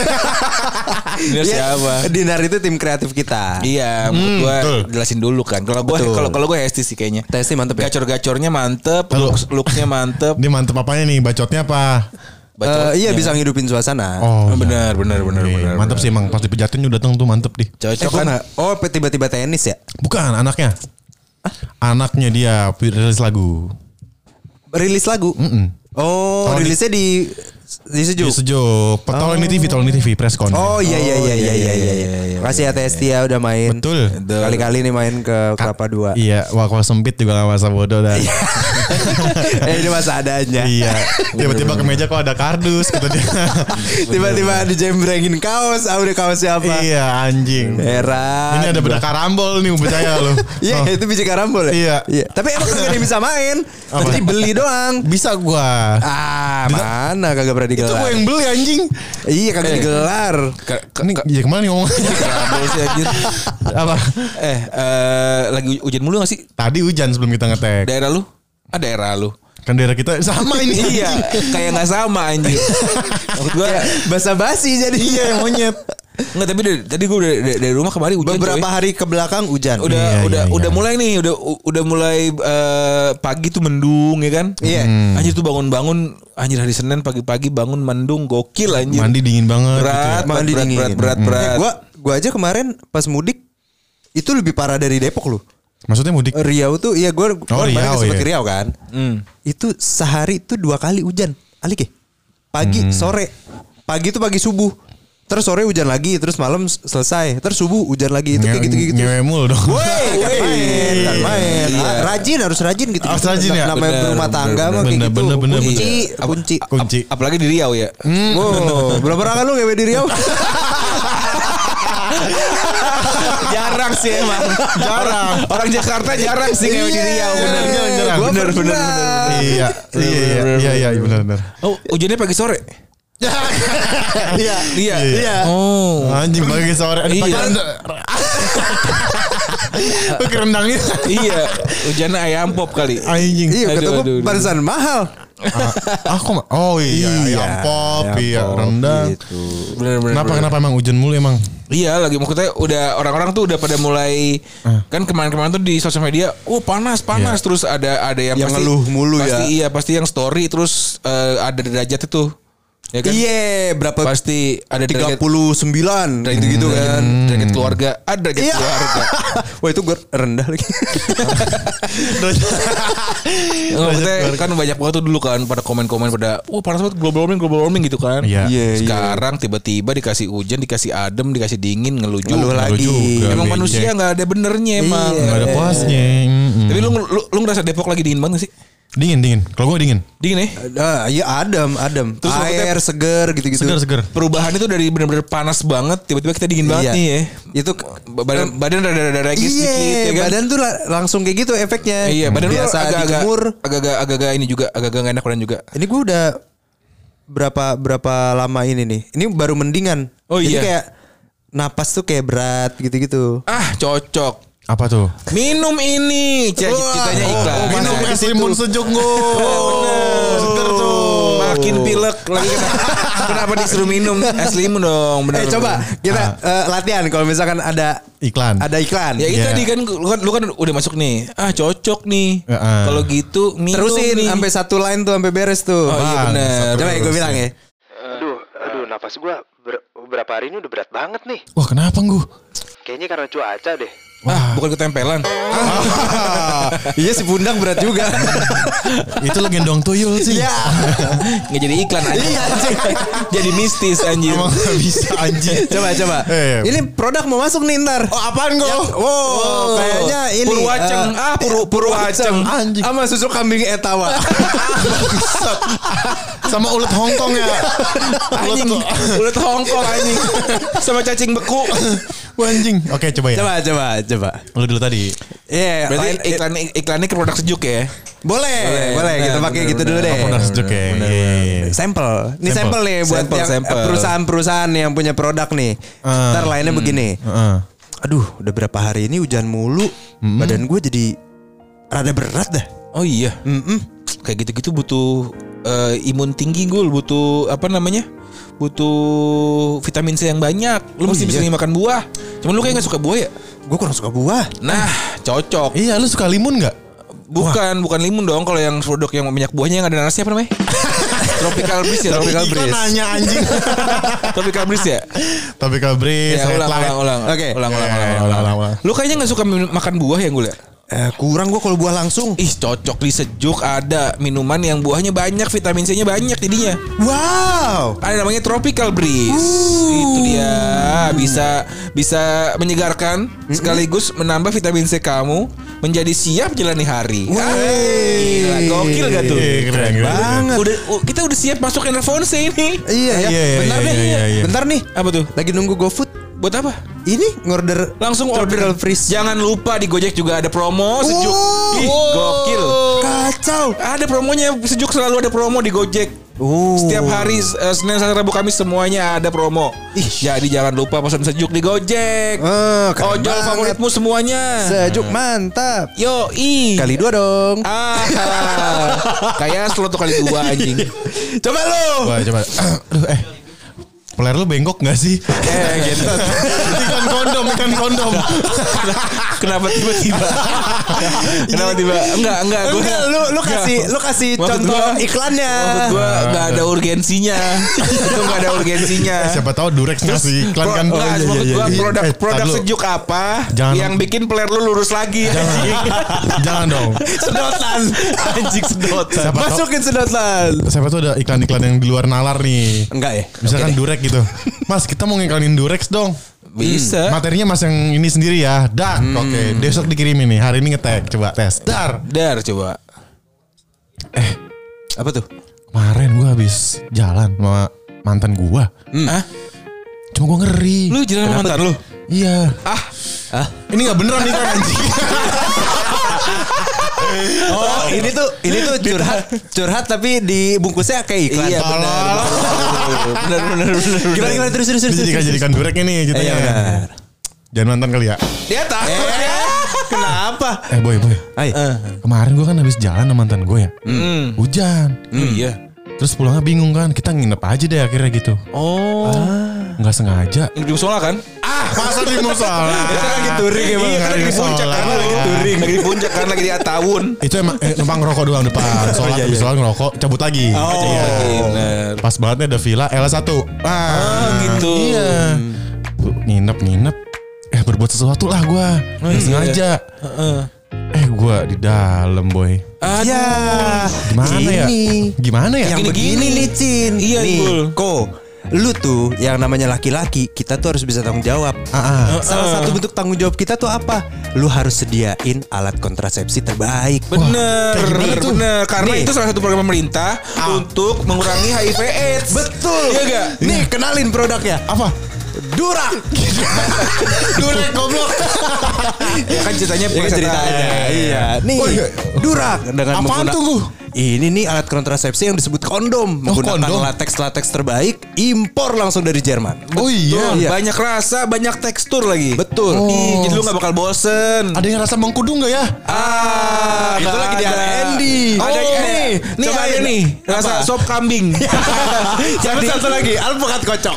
Speaker 3: Dinar
Speaker 4: Iya.
Speaker 3: siapa?
Speaker 4: Dinar itu tim kreatif kita.
Speaker 3: Iya, menurut
Speaker 2: Hmm,
Speaker 3: gue
Speaker 2: betul.
Speaker 3: jelasin dulu kan. Kalau gue
Speaker 4: Betul.
Speaker 3: kalau kalau gue Hesti sih kayaknya.
Speaker 4: Hesti mantep ya?
Speaker 3: Gacor-gacornya mantep,
Speaker 2: Lalu-
Speaker 3: looks- looks-nya mantep.
Speaker 2: Ini mantep apanya nih? Bacotnya apa?
Speaker 4: Eh,
Speaker 3: bacotnya.
Speaker 4: iya bisa ngidupin suasana.
Speaker 2: Oh,
Speaker 3: benar, benar, benar,
Speaker 2: Oke,
Speaker 3: benar.
Speaker 2: Mantep sih emang. Pas di pejaten juga datang tuh mantep deh.
Speaker 4: Eh,
Speaker 3: Cocok
Speaker 4: gua
Speaker 3: kan?
Speaker 4: nggak- oh pe- tiba-tiba tenis ya?
Speaker 2: Bukan anaknya. Anaknya dia rilis lagu.
Speaker 4: Rilis lagu. Oh,
Speaker 2: Tahun
Speaker 4: rilisnya di di sejuk.
Speaker 2: Di Sejo. Petol ini TV, tol ini TV, press con.
Speaker 4: Oh iya iya iya
Speaker 3: Oh,
Speaker 4: iya iya iya.
Speaker 3: iya, iya,
Speaker 4: Makasih ya Testi ya udah main.
Speaker 2: Betul.
Speaker 4: Kali-kali nih main ke Kelapa 2.
Speaker 2: Iya, wakwa sempit juga gak masa bodoh dan
Speaker 4: Iya. eh ini masa adanya.
Speaker 2: iya. Tiba-tiba ke meja kok ada kardus kata dia.
Speaker 4: Tiba-tiba dijembrengin kaos, ah udah kaos siapa?
Speaker 2: iya anjing.
Speaker 4: Heran.
Speaker 2: Ini ada bedak karambol nih percaya lo. Oh,
Speaker 4: Iya itu biji karambol ya?
Speaker 2: Iya.
Speaker 4: Tapi emang kagak ada yang bisa main.
Speaker 2: Apa?
Speaker 4: Jadi beli doang.
Speaker 2: Bisa gua.
Speaker 4: Ah mana kagak pernah digelar.
Speaker 2: Itu gua yang beli anjing.
Speaker 4: Iya kagak digelar.
Speaker 2: Ini ya kemana nih ngomong?
Speaker 3: Kabel sih anjir.
Speaker 2: Apa?
Speaker 3: Eh, eh, lagi hujan mulu gak sih?
Speaker 2: Tadi hujan sebelum kita ngetek.
Speaker 3: Daerah lu? Ah daerah lu.
Speaker 2: Kan daerah kita sama ini.
Speaker 3: iya, kayak gak sama anjir. Maksud gue,
Speaker 4: Iya. Basa basi jadi iya monyet.
Speaker 3: enggak tapi dari, tadi gue dari, dari rumah kemarin hujan
Speaker 4: Beberapa
Speaker 3: coy.
Speaker 4: hari ke belakang hujan.
Speaker 3: ya. Udah,
Speaker 2: Iya,
Speaker 3: udah,
Speaker 2: iya,
Speaker 3: udah
Speaker 2: iya.
Speaker 3: mulai nih, udah, u- udah mulai eh, pagi tuh mendung ya kan?
Speaker 4: Iya.
Speaker 3: Anjir tuh bangun-bangun, anjir hari Senin pagi-pagi bangun mendung gokil anjir.
Speaker 2: Mandi dingin banget gitu ya.
Speaker 3: berat, berat,
Speaker 4: Mandi
Speaker 3: berat,
Speaker 4: dingin.
Speaker 3: berat, berat,
Speaker 4: Ya, gua gua aja kemarin pas mudik itu lebih parah dari Depok loh.
Speaker 2: Maksudnya mudik.
Speaker 4: Riau tuh iya gua gua
Speaker 2: Oh,
Speaker 4: kemarin
Speaker 2: Riau,
Speaker 4: sempet
Speaker 2: iya.
Speaker 4: ke Riau kan.
Speaker 3: Hmm.
Speaker 4: Itu sehari tuh dua kali hujan. Alik ya? Pagi, sore. Pagi tuh pagi subuh. Terus sore hujan lagi, terus malam s- selesai. Terus subuh hujan lagi. Itu kayak
Speaker 2: Nge-
Speaker 4: gitu-gitu.
Speaker 2: Ngewe mulu dong.
Speaker 4: Woi, kan main, kan main.
Speaker 3: Iya.
Speaker 4: Ah, Rajin harus rajin gitu.
Speaker 2: Harus rajin ya?
Speaker 4: Namanya
Speaker 3: Bener,
Speaker 4: berumah tangga
Speaker 2: bener,
Speaker 4: mah kayak
Speaker 2: bener,
Speaker 4: gitu.
Speaker 2: bener, bener,
Speaker 4: kunci,
Speaker 3: bener.
Speaker 4: kunci. Hmm.
Speaker 2: Apa- Kunci.
Speaker 3: Ap- apalagi di Riau ya.
Speaker 4: Wow, berapa orang kan lu ngewe di Riau?
Speaker 3: jarang sih emang. Jarang. Orang Jakarta jarang sih ngewe di Riau bener.
Speaker 2: Iya, jarang.
Speaker 3: Gua
Speaker 2: Bener,
Speaker 3: bener bener.
Speaker 2: Iya, iya, iya, iya, iya, benar, benar.
Speaker 3: Oh, hujannya pagi sore.
Speaker 4: Iya.
Speaker 3: Iya.
Speaker 4: Iya.
Speaker 3: Oh.
Speaker 2: Anjing pagi sore. Ada
Speaker 3: Iya.
Speaker 2: pagi Lu kerendangnya.
Speaker 3: iya, hujannya ayam pop kali.
Speaker 2: Anjing.
Speaker 4: Iya,
Speaker 3: Aduh,
Speaker 4: kata
Speaker 3: aduh,
Speaker 4: gue
Speaker 3: aduh.
Speaker 4: pantesan mahal.
Speaker 2: Ah, Aku mah. Oh iya,
Speaker 4: Iya,
Speaker 2: ayam pop,
Speaker 4: ayam
Speaker 2: iya,
Speaker 4: pop,
Speaker 2: rendang.
Speaker 3: Bener bener.
Speaker 2: Kenapa
Speaker 3: bener.
Speaker 2: kenapa emang hujan mulu emang?
Speaker 3: Iya lagi maksudnya udah orang-orang tuh udah pada mulai
Speaker 4: Ah.
Speaker 3: kan kemarin-kemarin tuh di sosial media, oh panas panas terus ada ada yang,
Speaker 4: Iya. Yang ngeluh mulu ya.
Speaker 3: pasti, Iya pasti yang story terus eh, ada derajat itu. Ya kan?
Speaker 4: Iya, berapa?
Speaker 3: Pasti ada derajat
Speaker 4: 39
Speaker 3: derajat gitu kan, derajat keluarga, ada derajat
Speaker 4: Iya.
Speaker 3: keluarga.
Speaker 4: Hmm. Wah itu gue rendah lagi.
Speaker 3: Nggak, maksudnya kan banyak banget tuh dulu kan pada komen-komen pada wah panas banget global warming global warming gitu kan.
Speaker 2: Iya.
Speaker 4: Iya, iya.
Speaker 3: Sekarang tiba-tiba dikasih hujan, dikasih adem, dikasih dingin, ngeluh juga.
Speaker 4: Ngeluh lagi. Iya,
Speaker 2: juga,
Speaker 3: Emang
Speaker 2: becek.
Speaker 3: manusia nggak ada benernya emang.
Speaker 2: Nggak ada puasnya. Mm-mm.
Speaker 3: Tapi lu,
Speaker 4: Hmm.
Speaker 3: lu lu ngerasa Depok lagi dingin banget gak sih?
Speaker 2: Dingin dingin. Kalau gue dingin.
Speaker 3: Dingin ya?
Speaker 4: Nah, iya adem, adem.
Speaker 3: Terus
Speaker 4: Air seger gitu-gitu.
Speaker 2: Seger seger.
Speaker 3: Perubahan itu dari benar-benar panas banget tiba-tiba kita dingin banget
Speaker 4: Iya.
Speaker 3: nih ya.
Speaker 4: Itu
Speaker 3: Badan badan rada-rada lagi
Speaker 4: Iya,
Speaker 3: sedikit ya kan?
Speaker 4: badan tuh la- langsung kayak gitu efeknya.
Speaker 3: Iya, badan lu
Speaker 4: biasa
Speaker 3: agak-agak
Speaker 4: dijemur.
Speaker 3: agak-agak agak-agak ini juga agak-agak gak enak badan juga.
Speaker 4: Ini gue udah berapa berapa lama ini nih? Ini baru mendingan.
Speaker 3: Oh,
Speaker 4: Jadi
Speaker 3: iya.
Speaker 4: kayak napas tuh kayak berat gitu-gitu.
Speaker 3: Ah, cocok.
Speaker 2: Apa tuh?
Speaker 3: Minum ini, cek ceritanya iklan.
Speaker 2: Oh, minum
Speaker 3: Nah,
Speaker 2: es limun sejuk gue. Seger tuh.
Speaker 3: Makin pilek lagi kenapa, kenapa disuruh minum es limun dong? Benar.
Speaker 4: Eh coba kita eh, latihan kalau misalkan ada
Speaker 2: Iklan.
Speaker 4: ada iklan.
Speaker 3: Ya itu
Speaker 2: Iya.
Speaker 3: tadi kan lu kan lu kan udah masuk nih. Ah, cocok nih.
Speaker 2: Heeh.
Speaker 3: Kalau gitu minum
Speaker 4: Terusin
Speaker 3: nih.
Speaker 4: sampai satu line tuh sampai beres tuh.
Speaker 3: Oh iya
Speaker 2: Bang,
Speaker 3: benar.
Speaker 2: satu
Speaker 4: Coba ya gue bilang ya.
Speaker 1: Aduh, aduh, nafas gue ber- beberapa hari ini udah berat banget nih.
Speaker 2: Wah kenapa gue?
Speaker 1: Kayaknya karena cuaca deh.
Speaker 3: Ah, bukan ketempelan.
Speaker 4: Ah. iya si pundak berat juga.
Speaker 2: Itu lo gendong tuyul sih.
Speaker 4: Iya.
Speaker 3: Nggak jadi iklan anjing. jadi mistis anjing.
Speaker 2: Emang nggak bisa anjing.
Speaker 4: Coba coba. Ya,
Speaker 2: Eh.
Speaker 4: Ini produk mau masuk nih ntar.
Speaker 2: Oh apaan gue?
Speaker 4: Yang- wow, kayaknya ini
Speaker 3: Purwaceng.
Speaker 4: eh,
Speaker 3: Oh. Ah, Puru- Purwaceng.
Speaker 2: Anjing.
Speaker 4: Sama susu kambing etawa.
Speaker 2: Bangsat. Sama ulet Hongkong ya.
Speaker 3: Anjing. Ulet Hongkong anjing. Sama cacing beku.
Speaker 2: Wah anjing. Oke coba ya.
Speaker 4: coba coba coba.
Speaker 2: Lu dulu tadi.
Speaker 4: Iya,
Speaker 3: Berarti
Speaker 4: lain-
Speaker 3: iklan iklannya ke produk sejuk ya.
Speaker 4: boleh, boleh, kita
Speaker 3: benar,
Speaker 4: pakai
Speaker 3: benar,
Speaker 4: gitu dulu
Speaker 3: benar.
Speaker 4: deh.
Speaker 2: Produk sejuk ya. Iya, iya, iya.
Speaker 4: Sampel. Ini
Speaker 2: Sampel.
Speaker 4: sampel nih buat
Speaker 3: Sampel,
Speaker 4: yang eh,
Speaker 3: sampel.
Speaker 4: perusahaan-perusahaan yang punya produk nih.
Speaker 2: Ah.
Speaker 4: Ntar lainnya
Speaker 3: Hmm.
Speaker 4: begini.
Speaker 2: Heeh.
Speaker 4: Aduh, udah berapa hari ini hujan mulu. Badan gue jadi rada berat dah.
Speaker 3: Oh iya. Kayak gitu-gitu butuh eh, imun tinggi gue butuh apa namanya? Butuh vitamin C yang banyak. Lu mesti bisa makan buah. Cuman lu kayak gak iya. suka buah ya?
Speaker 4: Gue kurang suka buah.
Speaker 3: Nah, cocok.
Speaker 2: Iya lu suka limun gak?
Speaker 3: Bukan, bukan limun dong kalau yang produk yang minyak buahnya yang ada nanasnya apa namanya? Tropical Breeze ya, Tropical
Speaker 2: Ih, kok
Speaker 3: Breeze.
Speaker 2: nanya anjing.
Speaker 3: Tropical Breeze ya?
Speaker 2: Tapi kabris.
Speaker 3: Ya, ulang, ulang, ulang.
Speaker 4: Oke.
Speaker 3: Ulang, ulang,
Speaker 2: Ya,
Speaker 3: ulang,
Speaker 2: ya,
Speaker 3: ulang,
Speaker 2: ulang, ulang.
Speaker 3: Lu kayaknya gak suka minum- makan buah ya gue liat?
Speaker 4: Eh, kurang gue kalau buah langsung.
Speaker 3: Ih cocok di sejuk ada minuman yang buahnya banyak, vitamin C-nya banyak jadinya.
Speaker 4: Wow.
Speaker 3: Ada namanya tropical breeze. Itu dia bisa bisa menyegarkan sekaligus menambah vitamin C kamu menjadi siap jalani hari.
Speaker 4: Wey.
Speaker 3: Ah, gila, gokil gak tuh?
Speaker 2: Iya, keren, keren.
Speaker 4: Banget.
Speaker 3: Udah u- kita udah siap masuk Enervonse ini.
Speaker 4: Iya,
Speaker 2: Iya,
Speaker 4: iya.
Speaker 2: iya,
Speaker 3: Benar
Speaker 2: iya,
Speaker 3: deh,
Speaker 2: iya,
Speaker 3: iya.
Speaker 2: iya.
Speaker 4: Bentar nih.
Speaker 3: Apa tuh?
Speaker 4: Lagi nunggu GoFood.
Speaker 3: Buat apa?
Speaker 4: Ini ngorder
Speaker 3: Langsung order.
Speaker 4: Tropical freeze.
Speaker 3: Jangan lupa di Gojek juga ada promo sejuk.
Speaker 4: Wow.
Speaker 3: Ih, gokil.
Speaker 4: Kacau.
Speaker 3: Ada promonya sejuk selalu ada promo di Gojek.
Speaker 4: Oh.
Speaker 3: Setiap hari eh, Senin, Selasa, Rabu, Kamis semuanya ada promo.
Speaker 4: Ih.
Speaker 3: Jadi jangan lupa pesan sejuk di Gojek.
Speaker 4: Eh, keren
Speaker 3: Ojol
Speaker 4: banget.
Speaker 3: favoritmu semuanya.
Speaker 4: Sejuk mantap.
Speaker 3: Yo i.
Speaker 4: Kali dua dong.
Speaker 3: Ah, kayak slot tuh kali dua anjing.
Speaker 4: Coba lu.
Speaker 2: Wah coba. Aduh eh. Peler lu bengkok gak sih?
Speaker 3: eh gitu.
Speaker 2: ikan kondom, ikan kondom.
Speaker 3: Kenapa tiba-tiba? Kenapa tiba? Enggak, enggak. gua-
Speaker 4: Enggak, lu lu kasih lu kasih
Speaker 3: Maksud
Speaker 4: contoh
Speaker 3: gua-
Speaker 4: iklannya.
Speaker 3: Maksud gua nggak ada urgensinya. Ah. Itu nggak ada urgensinya.
Speaker 2: Eh, Siapa tahu Durex ngasih iklan
Speaker 3: Pro-
Speaker 2: kan.
Speaker 3: nggak, maksud gua produk
Speaker 2: Eh,
Speaker 3: produk
Speaker 2: tar dulu.
Speaker 3: sejuk apa
Speaker 2: Jangan-
Speaker 3: yang bikin player lu lurus lagi? anjing?
Speaker 2: Jangan dong.
Speaker 4: sedotan.
Speaker 3: Anjing sedot.
Speaker 2: Siapa tahu
Speaker 4: Masukin sedotan.
Speaker 2: siapa tahu ada iklan-iklan yang di luar nalar nih.
Speaker 4: Enggak ya?
Speaker 2: Misalkan Durex gitu. Mas, kita mau ngiklanin Durex dong.
Speaker 3: Bisa.
Speaker 2: Materinya Mas yang ini sendiri ya. Dak.
Speaker 3: Hmm.
Speaker 2: Oke, besok dikirimin nih. Hari ini ngetek. Coba tes. Dar.
Speaker 3: Dar coba. Eh,
Speaker 4: Apa tuh?
Speaker 2: Kemarin gua habis jalan sama mantan gua.
Speaker 3: Hah?
Speaker 2: Cuma gua ngeri.
Speaker 3: Hmm. Lu jalan sama mantan lu?
Speaker 2: Iya.
Speaker 3: Ah,
Speaker 2: Ini nggak beneran nih kan anjing.
Speaker 4: Oh, ini tuh ini tuh curhat curhat tapi dibungkusnya kayak iklan.
Speaker 3: iya benar. Benar benar benar.
Speaker 4: Gimana gimana terus terus terus.
Speaker 2: Dijadikan jadikan durek ini ceritanya.
Speaker 4: Iya, benar.
Speaker 2: gitu ya. Jangan mantan kali ya.
Speaker 3: Dia takut ya.
Speaker 4: Kenapa?
Speaker 2: Eh boy boy.
Speaker 4: Hai.
Speaker 2: Kemarin gua kan habis jalan sama mantan gue ya. Hujan.
Speaker 3: Hmm, Iya.
Speaker 2: Terus pulangnya bingung kan. Kita nginep aja deh akhirnya gitu. Ah.
Speaker 3: Oh.
Speaker 2: Nggak sengaja.
Speaker 3: Ini di musola kan? Ah,
Speaker 2: Masa di musola?
Speaker 3: kita lagi touring emang.
Speaker 2: Iya,
Speaker 3: Ah. Iya,
Speaker 2: di
Speaker 3: kan lagi di puncak
Speaker 2: musola.
Speaker 3: kan lagi touring, lagi di puncak kan lagi di Atawun.
Speaker 2: Itu emang eh, numpang ngerokok doang depan.
Speaker 3: Oh,
Speaker 2: Soalnya habis soal ngerokok cabut lagi. Iya.
Speaker 3: iya, Benar.
Speaker 2: Pas banget nih ada villa L1. Ah,
Speaker 3: gitu.
Speaker 2: Iya. Bu- Nginep nginep. Eh berbuat sesuatu lah gua. Nggak sengaja. Eh gua di dalam boy.
Speaker 4: Ya.
Speaker 2: Gimana ya?
Speaker 4: Ini.
Speaker 2: Gimana ya?
Speaker 4: yang
Speaker 3: Gini,
Speaker 4: begini
Speaker 3: gini.
Speaker 4: nih Cin
Speaker 3: Iya,
Speaker 4: nih
Speaker 3: Gul.
Speaker 4: Ko lu tuh yang namanya laki-laki kita tuh harus bisa tanggung jawab
Speaker 2: Ah, ah.
Speaker 4: salah satu bentuk tanggung jawab kita tuh apa lu harus sediain alat kontrasepsi terbaik
Speaker 3: Bener,
Speaker 2: kayak gimana
Speaker 3: bener,
Speaker 2: tuh?
Speaker 3: bener. Karena
Speaker 4: Nih. Ah.
Speaker 3: itu salah satu program pemerintah untuk mengurangi HIV AIDS.
Speaker 4: betul
Speaker 3: Iya gak?
Speaker 4: nih kenalin produknya
Speaker 2: Apa?
Speaker 4: durak
Speaker 2: Durek goblok.
Speaker 3: Ya kan ceritanya
Speaker 4: Ya kan ceritanya iya nih
Speaker 2: Oh, iya.
Speaker 4: durak dengan
Speaker 2: Apaan
Speaker 4: menggunakan
Speaker 2: tuh, Gu?
Speaker 4: ini nih alat kontrasepsi yang disebut kondom menggunakan
Speaker 2: kondom.
Speaker 4: latex-latex terbaik impor langsung dari Jerman
Speaker 2: Oh
Speaker 3: Tuh,
Speaker 2: iya.
Speaker 4: Iya.
Speaker 3: banyak rasa, banyak tekstur lagi.
Speaker 4: Betul. Oh.
Speaker 3: Ih, jadi lu gak bakal bosen.
Speaker 2: Ada yang rasa mengkudu nggak ya?
Speaker 3: Ah,
Speaker 4: itu lagi di arah Andy.
Speaker 3: Ada
Speaker 4: Oh,
Speaker 3: ini. Nih
Speaker 4: cobain.
Speaker 3: ada nih, rasa
Speaker 4: Apa?
Speaker 3: sop kambing.
Speaker 4: Sama satu lagi alpukat kocok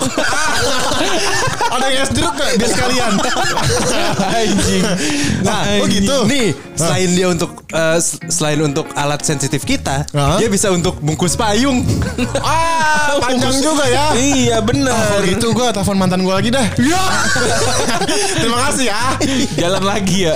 Speaker 2: Ada yang es jeruk nggak? Biar sekalian. Nah,
Speaker 4: Nah,
Speaker 2: Oh, gitu? Nah.
Speaker 4: Nih, selain dia untuk eh, s- selain untuk alat sensitif kita, kita,
Speaker 2: Hah?
Speaker 4: dia bisa untuk bungkus payung.
Speaker 2: Ah, panjang juga ya.
Speaker 3: Iya
Speaker 4: Oh,
Speaker 2: Kalau
Speaker 3: benar.
Speaker 2: gitu gue telepon mantan gue lagi dah. Ya. Terima kasih ya. Iya.
Speaker 3: Jalan lagi ya.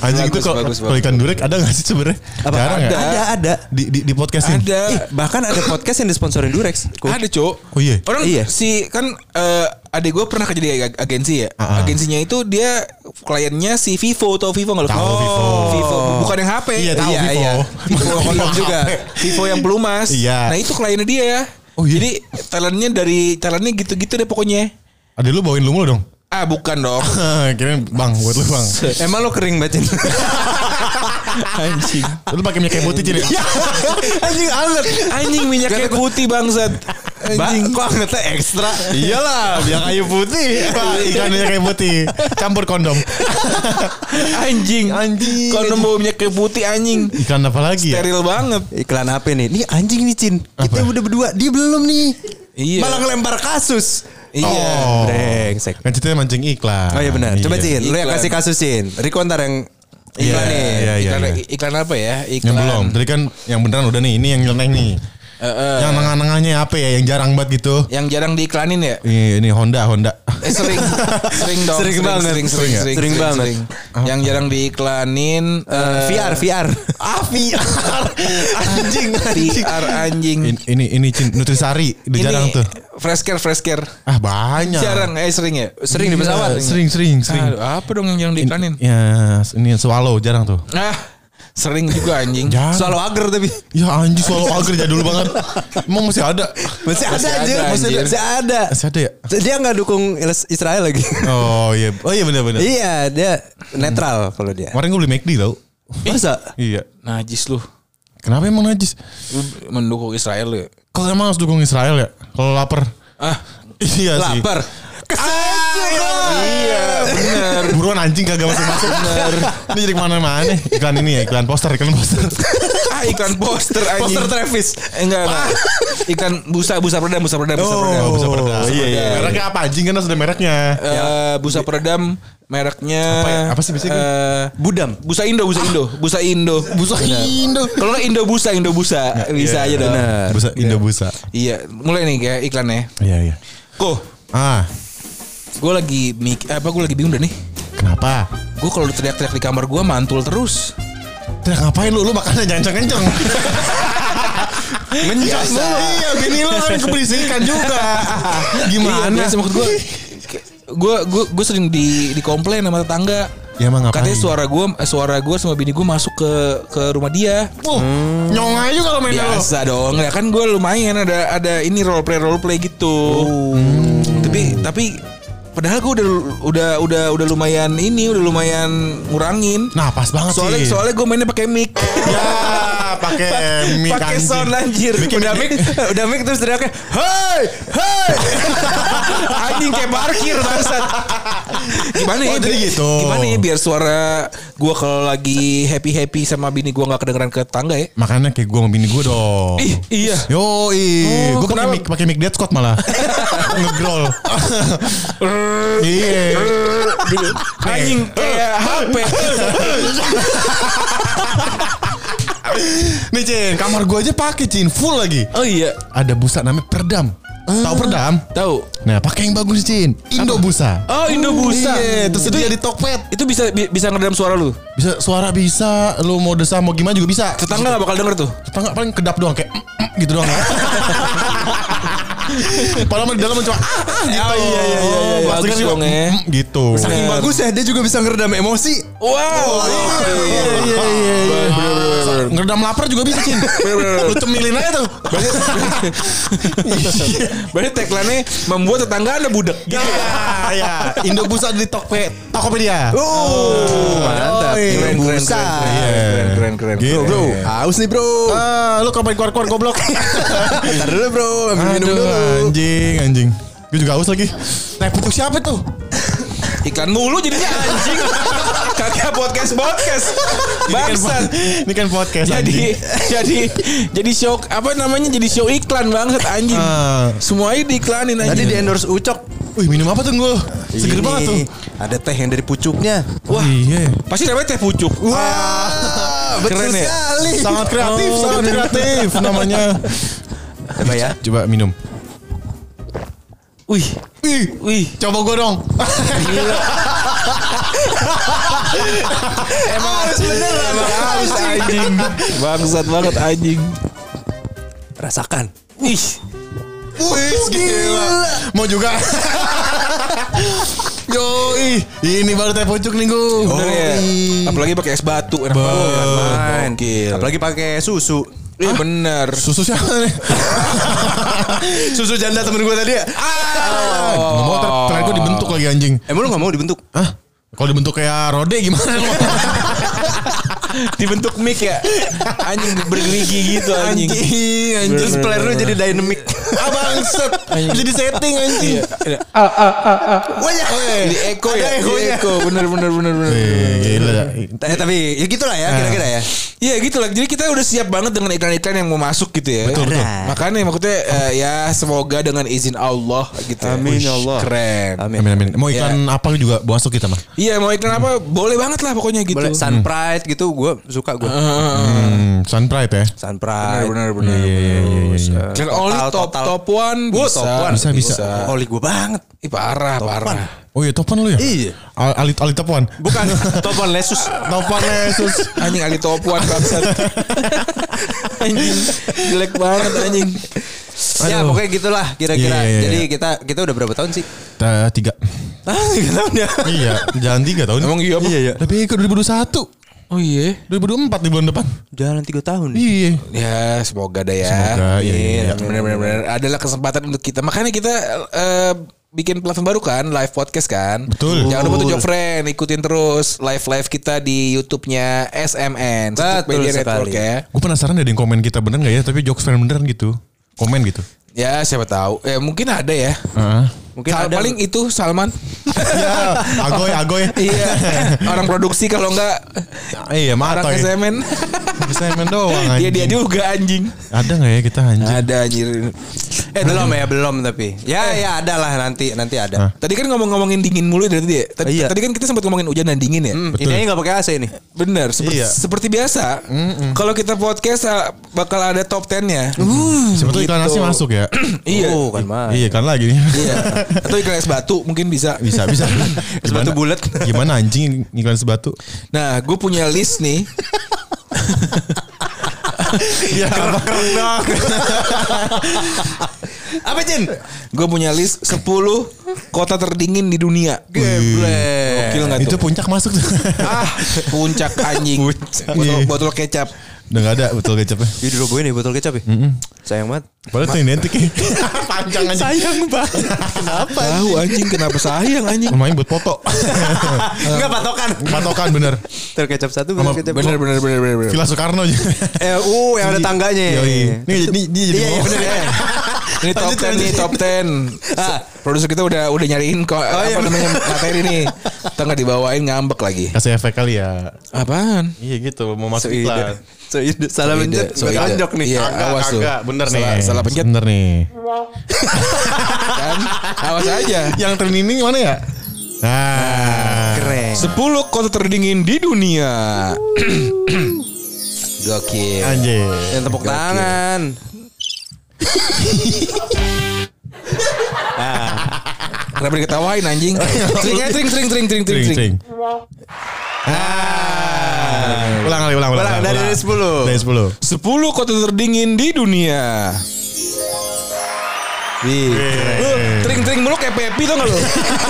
Speaker 2: Anjing itu
Speaker 3: Bagus,
Speaker 2: kok
Speaker 3: bagus,
Speaker 2: kalau ikan durek ada gak sih sebenarnya?
Speaker 4: Apa?
Speaker 2: Jarang
Speaker 4: ada,
Speaker 2: ya?
Speaker 4: ada, ada.
Speaker 2: Di, di, di podcastin?
Speaker 3: Ada.
Speaker 4: Ih, bahkan ada podcast yang disponsorin Durex. Ku-
Speaker 3: Eh. Ada cok.
Speaker 2: Oh, iya?
Speaker 3: Orang
Speaker 4: Iya.
Speaker 3: si kan eh, adik gue pernah kerja di ag- agensi ya.
Speaker 2: Ah, ah.
Speaker 3: Agensinya itu dia kliennya si Vivo atau Vivo nggak lu?
Speaker 2: Tahu Vivo.
Speaker 3: Vivo. Bukan yang HP.
Speaker 2: Iya, tahu
Speaker 3: iya,
Speaker 2: Vivo.
Speaker 3: Iya. Vivo
Speaker 2: Bukan
Speaker 3: kondom
Speaker 2: yang
Speaker 3: juga.
Speaker 2: HP.
Speaker 3: Vivo yang pelumas.
Speaker 2: Iya.
Speaker 3: Nah itu kliennya dia.
Speaker 2: Oh, iya.
Speaker 3: Jadi talentnya dari talentnya gitu-gitu deh pokoknya.
Speaker 2: Ada lu bawain lu mulu dong.
Speaker 3: Ah bukan dong.
Speaker 2: Kirain bang buat lu bang.
Speaker 4: Emang lo kering batin?
Speaker 3: Anjing.
Speaker 2: Lu pakai minyak kayu putih jadi.
Speaker 3: Iya.
Speaker 4: Anjing anget.
Speaker 3: Anjing minyaknya putih bangsat.
Speaker 4: Bah,
Speaker 3: Anjing.
Speaker 4: kok angetnya ekstra?
Speaker 2: Iyalah, minyak kayu putih. Pak, ikan minyak kayu putih. Campur kondom.
Speaker 3: Anjing.
Speaker 2: Anjing.
Speaker 3: Kondom bau minyak kayu putih anjing.
Speaker 2: Ikan apa lagi ya?
Speaker 3: Steril banget.
Speaker 4: Iklan apa nih? Nih anjing nih Cin. Kita
Speaker 2: Apa?
Speaker 4: udah berdua, dia belum nih.
Speaker 3: Iya.
Speaker 4: Malah ngelempar kasus.
Speaker 3: Iya.
Speaker 2: Oh.
Speaker 4: Brengsek.
Speaker 2: Kan ceritanya mancing iklan.
Speaker 4: Oh iya benar. Coba
Speaker 2: Iya.
Speaker 4: Cin, lu yang
Speaker 3: Iklan.
Speaker 4: kasih kasus Cin. Riko ntar yang
Speaker 2: Iya,
Speaker 4: iklan nih.
Speaker 2: iya, iya,
Speaker 3: iklan,
Speaker 2: iya.
Speaker 3: iklan apa ya? Iklan.
Speaker 2: Yang belum. Tadi kan yang beneran udah nih. Ini yang nyeleneh nih.
Speaker 3: Eh, eh,
Speaker 2: Yang nengah-nengahnya apa ya? Yang jarang banget gitu. Iya,
Speaker 3: yang jarang diiklanin ya?
Speaker 2: Ini, ini Honda, Honda.
Speaker 3: Eh, sering, sering dong.
Speaker 4: Sering banget.
Speaker 3: Sering, sering,
Speaker 4: Sering ya?
Speaker 3: sering,
Speaker 4: Sering banget.
Speaker 3: Yang jarang diiklanin eh,
Speaker 4: VR, VR.
Speaker 2: Ah, VR. Anjing.
Speaker 3: PR anjing.
Speaker 2: Ini, ini, ini Cin, Nutrisari. Udah
Speaker 3: Ini
Speaker 2: jarang tuh.
Speaker 3: Fresh care, fresh care.
Speaker 2: Ah banyak.
Speaker 3: Jarang, eh sering ya? Sering
Speaker 2: Iya, Sering, sering, sering.
Speaker 3: Aduh, apa dong yang jarang diiklanin?
Speaker 2: Ya, ini swallow jarang tuh.
Speaker 3: Ah, sering juga anjing.
Speaker 2: Jarang.
Speaker 4: Swallow agar tapi.
Speaker 2: Ya anjing swallow agar jadul banget. Emang masih ada?
Speaker 4: Masih ada
Speaker 3: ada,
Speaker 4: aja, masih ada.
Speaker 3: anjir.
Speaker 4: Masih ada.
Speaker 2: Masih ada ya?
Speaker 4: Dia nggak dukung Israel lagi.
Speaker 2: Oh iya, oh iya benar-benar.
Speaker 4: Iya, dia netral kalau dia.
Speaker 2: Kemarin gue beli McD tau.
Speaker 4: Masa?
Speaker 2: Iya.
Speaker 3: Najis lu.
Speaker 2: Kenapa emang najis?
Speaker 3: Lu mendukung Israel lu ya?
Speaker 2: Kalau emang harus dukung Israel ya? Kalau lapar.
Speaker 3: Ah,
Speaker 2: Iya sih.
Speaker 4: Lapar.
Speaker 3: iya bener.
Speaker 2: Buruan anjing kagak masuk-masuk. Bener. Ini jadi kemana-mana. Iklan ini ya, iklan poster, iklan poster.
Speaker 3: Ah iklan poster anjing.
Speaker 4: Poster Travis.
Speaker 3: Eh, Enggak enggak.
Speaker 2: Ah.
Speaker 3: Iklan busa busa peredam busa peredam busa peredam.
Speaker 2: bisa pedas.
Speaker 4: iya, iya.
Speaker 2: Mereknya apa anjing kan harus ada mereknya.
Speaker 3: Eh, busa peredam mereknya
Speaker 2: Apa ya? Apa sih biasanya kan?
Speaker 3: eh,
Speaker 4: Budam.
Speaker 3: busa Indo, busa Indo, busa Indo. Busa Indo. Kalau nggak Indo busa, Indo busa. Bisa iya, aja dong.
Speaker 4: bener.
Speaker 2: iya, Busa, Indo Busa.
Speaker 3: Iya, mulai nih kayak iklannya.
Speaker 2: Iya, iya.
Speaker 3: Ko,
Speaker 2: Ah,
Speaker 3: gue lagi mik apa gue lagi bingung dah nih.
Speaker 2: kenapa?
Speaker 3: Gue kalau teriak-teriak di kamar gue mantul terus.
Speaker 2: Teriak ngapain lu? Lu makannya jangan kenceng-kenceng. Menjak lu. Iya, gini lu kan keberisikan juga.
Speaker 3: Iya,
Speaker 2: Gimana?
Speaker 3: biasa maksud gue. Gue gue gue sering di dikomplain sama tetangga.
Speaker 2: Ya emang ngapain?
Speaker 3: Katanya suara gue suara gue sama bini gue masuk ke ke rumah dia.
Speaker 2: Wah, nyong aja juga lo mainnya lu.
Speaker 3: Hmm. Biasa dong. Ya kan gue lumayan ada ada ini role play role play gitu.
Speaker 2: Oh.
Speaker 3: Hmm, Tapi tapi padahal gue udah udah udah udah lumayan ini udah lumayan ngurangin.
Speaker 2: Nah, pas banget
Speaker 3: Soalnya
Speaker 2: sih.
Speaker 3: soalnya gue mainnya pakai mic.
Speaker 2: ya pakai mic
Speaker 3: pakai
Speaker 2: anjing.
Speaker 3: sound anjir.
Speaker 4: Udah mic, udah mic terus teriaknya, "Hei, hei!"
Speaker 3: anjing kayak parkir bangsat. Gimana ya?
Speaker 2: Oh, jadi
Speaker 3: biar-
Speaker 2: gitu.
Speaker 3: Gimana ya biar suara gue kalau lagi happy happy sama bini gue nggak kedengeran ke tetangga ya?
Speaker 2: Makanya kayak gue sama bini gue dong.
Speaker 3: Ih, iya.
Speaker 2: Yo, ih,
Speaker 3: Oh,
Speaker 2: gue pakai
Speaker 3: kenapa?
Speaker 2: mic, pakai mic Dead Squad malah. Ngegrol. Iya.
Speaker 3: Anjing eh, kayak eh, HP.
Speaker 2: Nih Cin, kamar gue aja pakai Cin full lagi.
Speaker 3: Oh iya.
Speaker 2: Ada busa namanya Perdam. Tahu Perdam?
Speaker 3: Tahu.
Speaker 2: Nah, pakai yang bagus Cin. Indo busa.
Speaker 3: Oh, Indo busa.
Speaker 2: Iya, terus itu jadi Tokped.
Speaker 3: Itu bisa bi- bisa ngeredam suara lu.
Speaker 2: Bisa suara bisa, lu mau desa mau gimana juga bisa.
Speaker 3: Tetangga gak bakal denger tuh.
Speaker 2: Tetangga paling kedap doang kayak "Mm, mm," gitu doang ya. Padahal mah di dalam cuma ah, ah gitu.
Speaker 3: Oh, iya, iya, iya, iya.
Speaker 2: Pasti kan
Speaker 3: Bagus
Speaker 2: cuma,
Speaker 3: dong ya.
Speaker 2: "Mm, mm," gitu. Oh,
Speaker 4: Saking bagus ya, dia juga bisa ngeredam emosi.
Speaker 3: Wow.
Speaker 2: Iya iya iya iya. Ngeredam lapar juga bisa, Cin. Lu cemilin aja tuh.
Speaker 3: Berarti tagline-nya membuat tetangga anda budak.
Speaker 2: Ya, ya. Indo Busa di Tokpe, Tokopedia.
Speaker 4: Oh, mantap.
Speaker 2: Yoi.
Speaker 4: Keren, keren,
Speaker 2: Busa.
Speaker 4: keren, keren.
Speaker 2: Iya.
Speaker 3: Keren, keren, keren.
Speaker 2: Gitu.
Speaker 4: Bro, haus nih bro.
Speaker 2: Ah, lu kapan keluar-keluar goblok?
Speaker 4: Ntar dulu bro, ambil minum
Speaker 2: Aduh,
Speaker 4: dulu.
Speaker 2: anjing, anjing. Gue juga haus lagi. Nah, putus siapa tuh?
Speaker 3: Iklan mulu jadinya anjing. Kagak podcast podcast. Bangsat.
Speaker 2: Ini kan podcast anjing.
Speaker 3: Jadi jadi jadi show apa namanya jadi show iklan bangsat anjing.
Speaker 2: Ah.
Speaker 3: Semuanya diiklanin
Speaker 4: Tadi
Speaker 3: anjing.
Speaker 4: di endorse Ucok.
Speaker 2: Wih, minum apa tuh gue? Seger
Speaker 4: Ini,
Speaker 2: banget tuh.
Speaker 4: Ada teh yang dari pucuknya.
Speaker 2: Wah, iya.
Speaker 3: Pasti namanya teh pucuk.
Speaker 2: Wah.
Speaker 4: betul
Speaker 3: Keren ya?
Speaker 4: sekali.
Speaker 2: Sangat kreatif, sangat kreatif namanya.
Speaker 4: Coba ya.
Speaker 2: Coba minum.
Speaker 3: Wih,
Speaker 2: Ih,
Speaker 3: wih.
Speaker 2: coba gue dong.
Speaker 3: Emang harus bener Emang harus anjing. Bangsat banget anjing.
Speaker 4: Rasakan.
Speaker 3: Ih.
Speaker 2: Wih, gila. Mau juga. Yoi, ini baru teh pucuk nih gue.
Speaker 3: Bener ya. Apalagi pakai es batu enak banget.
Speaker 4: Main.
Speaker 3: Gokil.
Speaker 4: Apalagi pakai susu.
Speaker 3: Iya bener.
Speaker 2: Susu siapa nih?
Speaker 4: Susu janda temen gue tadi ya.
Speaker 2: Nggak mau ter- terakhir gue dibentuk lagi anjing.
Speaker 4: Emang lu gak mau dibentuk?
Speaker 2: Hah? Kalau dibentuk kayak rode gimana?
Speaker 3: Dibentuk mic ya. Anjing bergerigi gitu anjing.
Speaker 4: Terus player lu jadi dynamic. Iya.
Speaker 2: Abang set. Jadi setting anjing.
Speaker 4: Wah,
Speaker 3: Di echo ya.
Speaker 4: Ada
Speaker 3: Di
Speaker 4: echo-nya.
Speaker 3: echo. Bener bener Ah. bener bener.
Speaker 2: Wih, Gila. dah.
Speaker 4: Eh, tapi ya gitulah ya kira-kira ya.
Speaker 3: Iya gitu lah. Jadi kita udah siap banget dengan iklan-iklan yang mau masuk gitu ya.
Speaker 2: Betul, betul.
Speaker 3: Makanya maksudnya eh, ya semoga dengan izin Allah gitu. ya.
Speaker 4: Amin,
Speaker 3: Wih,
Speaker 4: ya Allah.
Speaker 3: Keren.
Speaker 4: Amin.
Speaker 2: Amin amin. Mau iklan apa juga masuk kita mah.
Speaker 3: Iya mau iklan apa boleh banget lah pokoknya gitu.
Speaker 4: Boleh Sun Pride gitu gue suka gue.
Speaker 2: Hmm, Sun Pride ya.
Speaker 4: Sun Pride. Iya,
Speaker 3: benar benar. Iklan
Speaker 4: Total,
Speaker 3: only top
Speaker 4: total.
Speaker 3: top one
Speaker 4: Gua
Speaker 3: bisa.
Speaker 4: top one.
Speaker 2: Bisa, bisa.
Speaker 4: Oli gue banget.
Speaker 3: Ih, parah parah.
Speaker 2: Oh iya topan lu ya?
Speaker 4: Iya.
Speaker 2: Al- Alit alit topan.
Speaker 4: Bukan Topan Lesus.
Speaker 2: Topan Yesus.
Speaker 3: Anjing Ali top one bangsat. anjing jelek banget anjing.
Speaker 4: Ya
Speaker 2: Aduh.
Speaker 4: pokoknya gitulah kira-kira.
Speaker 2: Iya, iya, iya.
Speaker 4: Jadi kita kita udah berapa tahun sih?
Speaker 2: Ta- Tiga.
Speaker 4: Ah, tiga tahun ya.
Speaker 2: iya, jangan tiga tahun.
Speaker 3: Emang iya apa?
Speaker 2: Iya, iya. Lebih ke 2021.
Speaker 3: Oh iya.
Speaker 2: 2024 di bulan depan.
Speaker 4: Jalan tiga tahun.
Speaker 2: Iya.
Speaker 3: Ya semoga ada ya.
Speaker 2: Semoga, iya, iya, iya.
Speaker 3: Benar-benar adalah kesempatan untuk kita. Makanya kita eh, bikin platform baru kan, live podcast kan.
Speaker 2: Betul.
Speaker 3: Jangan lupa tuh Job friend, ikutin terus live live kita di YouTube-nya SMN. Sosok
Speaker 4: Betul
Speaker 3: Media
Speaker 4: sekali.
Speaker 3: ya.
Speaker 2: Gue penasaran deh ada yang komen kita bener gak ya? Tapi jokes friend beneran gitu. Komen gitu.
Speaker 3: Ya siapa tahu. Ya mungkin ada ya.
Speaker 2: Heeh.
Speaker 3: Mungkin
Speaker 4: ada.
Speaker 3: paling itu Salman.
Speaker 2: ya, agoy, agoy.
Speaker 3: iya. Orang produksi kalau enggak
Speaker 2: iya,
Speaker 3: orang
Speaker 2: mata ya.
Speaker 3: SMN.
Speaker 2: Kesemen doang
Speaker 3: Dia dia
Speaker 2: anjing.
Speaker 3: juga anjing.
Speaker 2: Ada gak ya kita anjing?
Speaker 3: Ada anjir.
Speaker 4: Eh belum ya belum tapi. Ya ya ada lah nanti nanti ada.
Speaker 2: Hah?
Speaker 3: Tadi kan ngomong-ngomongin dingin mulu dari tadi ya. Tadi,
Speaker 4: Iya.
Speaker 3: tadi kan kita sempat ngomongin hujan dan dingin ya.
Speaker 4: Hmm,
Speaker 2: Betul.
Speaker 4: Ini aja nggak pakai AC ini.
Speaker 3: Bener, seperti,
Speaker 2: Iya.
Speaker 3: seperti biasa. Kalau kita podcast ah, bakal ada top 10-nya.
Speaker 2: Sebetulnya iklan
Speaker 3: gitu.
Speaker 2: nasi masuk ya.
Speaker 3: Iya.
Speaker 4: Oh kan mah.
Speaker 2: iya, kan lagi nih.
Speaker 3: Iya. Atau iklan es batu mungkin bisa.
Speaker 2: bisa, bisa.
Speaker 4: Sebatu
Speaker 2: Gimana-
Speaker 4: bulat.
Speaker 2: Gimana anjing iklan sebatu?
Speaker 3: Nah, gue punya list nih.
Speaker 2: Iya,
Speaker 4: Apa Jin?
Speaker 3: Gue punya list 10 kota terdingin di dunia. Gokil nggak
Speaker 2: Itu
Speaker 3: tuh?
Speaker 2: puncak masuk tuh.
Speaker 3: Ah, puncak anjing. Botol, botol kecap.
Speaker 2: Udah gak ada betul kecapnya.
Speaker 4: Ini dirobohin nih botol kecap ya. Sayang banget.
Speaker 2: Padahal itu identik ya. Panjang anjing.
Speaker 4: Sayang banget. Kenapa?
Speaker 3: Tahu anjing kenapa sayang anjing.
Speaker 2: Lumayan buat foto.
Speaker 4: Enggak patokan.
Speaker 2: Patokan bener.
Speaker 4: Terkecap
Speaker 2: Eh.
Speaker 4: satu
Speaker 2: Sama
Speaker 4: botol kecap.
Speaker 3: Bener bener bener bener. bener.
Speaker 2: Villa Soekarno aja.
Speaker 4: Eh, uh, yang ada tangganya.
Speaker 2: Yoi. iya, Ini, ini, dia jadi
Speaker 4: Iya, iya,
Speaker 2: bohong.
Speaker 4: bener ya.
Speaker 3: Eh, Ini top
Speaker 4: Lanjut,
Speaker 3: 10 nih
Speaker 4: lanjut.
Speaker 3: top 10 Produser kita udah udah nyariin kok apa
Speaker 4: iya.
Speaker 3: namanya materi nih. Kita nggak dibawain ngambek lagi.
Speaker 2: Kasih efek kali ya.
Speaker 3: Apaan?
Speaker 2: Iya gitu, mau masuk
Speaker 4: Soide. Soide. Salah
Speaker 3: Soide,
Speaker 4: mencet.
Speaker 3: soide.
Speaker 4: nggak Tonjok nih.
Speaker 3: Iya,
Speaker 2: Agak,
Speaker 3: awas tuh.
Speaker 2: agak, bener
Speaker 3: Salah-
Speaker 2: nih.
Speaker 3: salah pencet.
Speaker 2: Iya, Bener nih.
Speaker 3: Kan? Awas aja.
Speaker 2: Yang ternining mana ya? Nah,
Speaker 4: Keren.
Speaker 3: 10 kota terdingin di dunia. Gokil.
Speaker 2: Anjir.
Speaker 4: Yang tepuk
Speaker 3: Gokil.
Speaker 4: tangan.
Speaker 3: Ah. Kenapa diketawain anjing? Tring, eh, tring, tring, tring, tring, tring,
Speaker 2: Tring,
Speaker 3: tring.
Speaker 2: tring. Ah. Ulang kali, ulang, ulang.
Speaker 4: Ulang, dari 10.
Speaker 2: Dari 10.
Speaker 3: 10 kota terdingin di dunia.
Speaker 4: Wih.
Speaker 3: Lu tring-tring mulu kayak Pepi tau gak lu?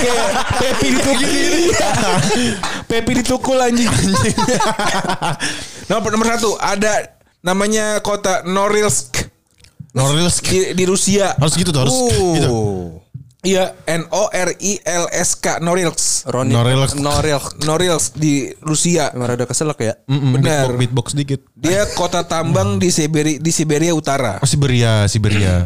Speaker 3: Kayak Pepi ditukul gini. Pepi ditukul anjing. nomor, nomor satu ada namanya kota Norilsk
Speaker 2: Norilsk.
Speaker 3: di, di Rusia.
Speaker 2: Harus gitu tuh, harus
Speaker 3: Uh.
Speaker 2: gitu.
Speaker 4: Uh.
Speaker 3: Iya, N O R I L S K Norilsk. Eh,
Speaker 4: Roni.
Speaker 2: Norelok.
Speaker 4: Norelok.
Speaker 3: Norilsk di Rusia.
Speaker 4: Emang rada keselak ya?
Speaker 2: Mm-mm,
Speaker 3: Bener.
Speaker 2: Beatbox, beatbox dikit.
Speaker 3: Dia kota tambang di Siberia di Siberia Utara.
Speaker 2: Oh, Siberia, Siberia.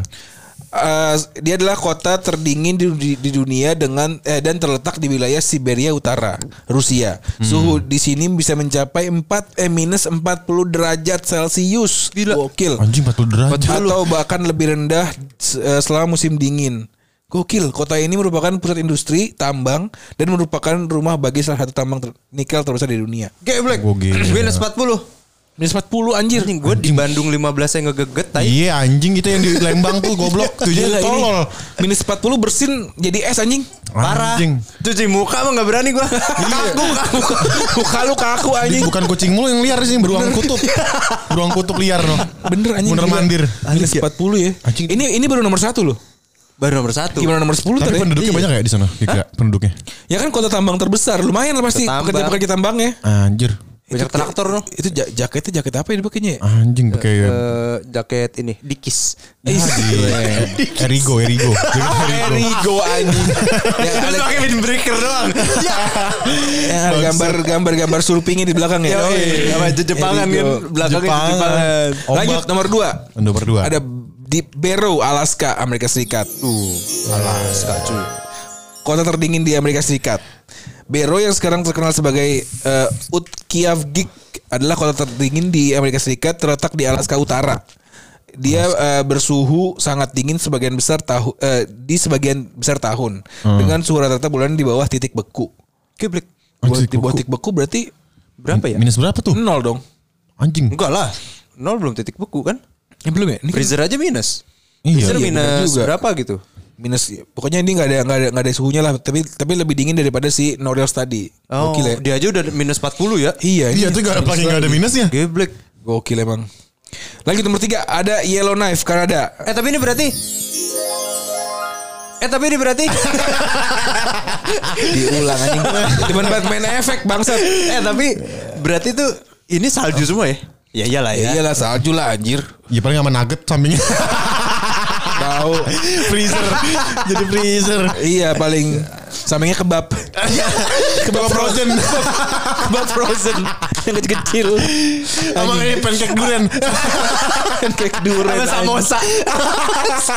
Speaker 3: Eh, dia adalah kota terdingin di, di- di dunia dengan eh, dan terletak di wilayah Siberia Utara, Rusia. Suhu di sini bisa mencapai 4 eh, minus 40 derajat Celcius. Gokil.
Speaker 2: Anjing 40 derajat.
Speaker 3: Atau bahkan lebih rendah se- eh, selama musim dingin. Gokil, kota ini merupakan pusat industri, tambang, dan merupakan rumah bagi salah satu tambang ter- nikel terbesar di dunia.
Speaker 4: Kayak Black.
Speaker 2: Gokil.
Speaker 4: Minus 40.
Speaker 3: Minus 40 anjir.
Speaker 4: Anjing gue di Bandung 15 yang ngegeget tai.
Speaker 2: Iya anjing itu yang di Lembang tuh goblok. Tuh
Speaker 3: Gila,
Speaker 2: jadi
Speaker 3: ini
Speaker 2: tolol.
Speaker 3: Minus 40 bersin jadi es anjing.
Speaker 4: Parah.
Speaker 2: Anjing.
Speaker 4: Cuci muka mah gak berani gue.
Speaker 3: Kaku, kaku. Muka lu kaku
Speaker 2: Ini
Speaker 3: anjing.
Speaker 2: bukan kucing mulu yang liar sih, beruang kutub. beruang kutub liar loh.
Speaker 3: Bener anjing.
Speaker 2: Bener
Speaker 3: gila.
Speaker 2: mandir. Iya.
Speaker 3: Minus 40 ya.
Speaker 2: Anjing.
Speaker 3: Ini ini baru nomor satu loh.
Speaker 4: Baru nomor satu.
Speaker 3: Gimana nomor 10
Speaker 2: Tapi
Speaker 3: tadi?
Speaker 2: penduduknya
Speaker 3: Iya.
Speaker 2: banyak ya di sana? Kira penduduknya.
Speaker 3: Ya kan kota tambang terbesar. Lumayan lah pasti
Speaker 4: Tambang.
Speaker 3: pekerja-pekerja tambangnya.
Speaker 2: Anjir.
Speaker 4: Banyak
Speaker 3: Itu-
Speaker 4: traktor noh.
Speaker 3: Itu ja- jaketnya jaket apa ya dipakainya? ya?
Speaker 2: Anjing pakai
Speaker 4: Eh, jaket ini dikis.
Speaker 3: Ih, gila.
Speaker 2: Erigo, Erigo.
Speaker 3: Erigo anjing.
Speaker 4: Ya,
Speaker 3: Yang ada
Speaker 4: pakai windbreaker doang.
Speaker 3: yang ada Iya, gambar gambar gambar surfingnya di belakang ya.
Speaker 4: Yoi, apa, itu Jepangan kan?
Speaker 3: Erigo.
Speaker 4: Belakangnya
Speaker 3: Jepangan.
Speaker 4: Jepangan.
Speaker 3: Lanjut
Speaker 2: Ombak.
Speaker 3: nomor 2.
Speaker 2: Nomor dua.
Speaker 3: Ada Deep Barrow, Alaska, Amerika Serikat.
Speaker 4: Alaska cuy.
Speaker 3: Kota terdingin di Amerika Serikat. Barrow yang sekarang terkenal sebagai eh, Utqiagvik adalah kota terdingin di Amerika Serikat terletak di Alaska Utara. Dia eh, bersuhu sangat dingin sebagian besar tahu eh, di sebagian besar tahun dengan suhu rata-rata bulan di bawah titik beku.
Speaker 4: Kiblik.
Speaker 3: Buat-
Speaker 2: titik
Speaker 3: di bawah
Speaker 2: beku.
Speaker 3: titik beku berarti
Speaker 4: Berapa ya?
Speaker 2: Minus berapa tuh?
Speaker 3: nol dong.
Speaker 2: Anjing.
Speaker 4: Enggak lah. Nol belum titik beku kan?
Speaker 3: Ya belum ya? Ini kan
Speaker 4: Freezer aja minus.
Speaker 2: Iya.
Speaker 4: Freezer
Speaker 3: Iya, benar
Speaker 4: minus
Speaker 3: juga.
Speaker 4: berapa gitu?
Speaker 3: minus pokoknya ini nggak ada nggak ada nggak ada suhunya lah tapi tapi lebih dingin daripada si Norels tadi
Speaker 4: Oh,
Speaker 3: gokil ya
Speaker 4: dia aja udah minus 40 ya.
Speaker 3: iya ini
Speaker 2: Iya tuh gak ada paling gak ada minusnya.
Speaker 4: Geblek.
Speaker 3: gokil emang lanjut nomor tiga ada Yellowknife Kanada
Speaker 4: Eh tapi ini berarti Eh tapi ini berarti
Speaker 3: diulang anjing cuman buat main efek bangsat
Speaker 4: Eh tapi berarti tuh ini salju semua ya? Ya iyalah
Speaker 3: ya iyalah salju lah anjir
Speaker 2: Ya paling sama nugget sampingnya.
Speaker 3: tahu
Speaker 2: freezer. Jadi freezer.
Speaker 3: iya paling sampingnya kebab
Speaker 2: Kebab frozen.
Speaker 3: kebab frozen yang kecil-kecil
Speaker 2: Sama ini pancake durian.
Speaker 3: efek Kan durian
Speaker 4: Sama samosa.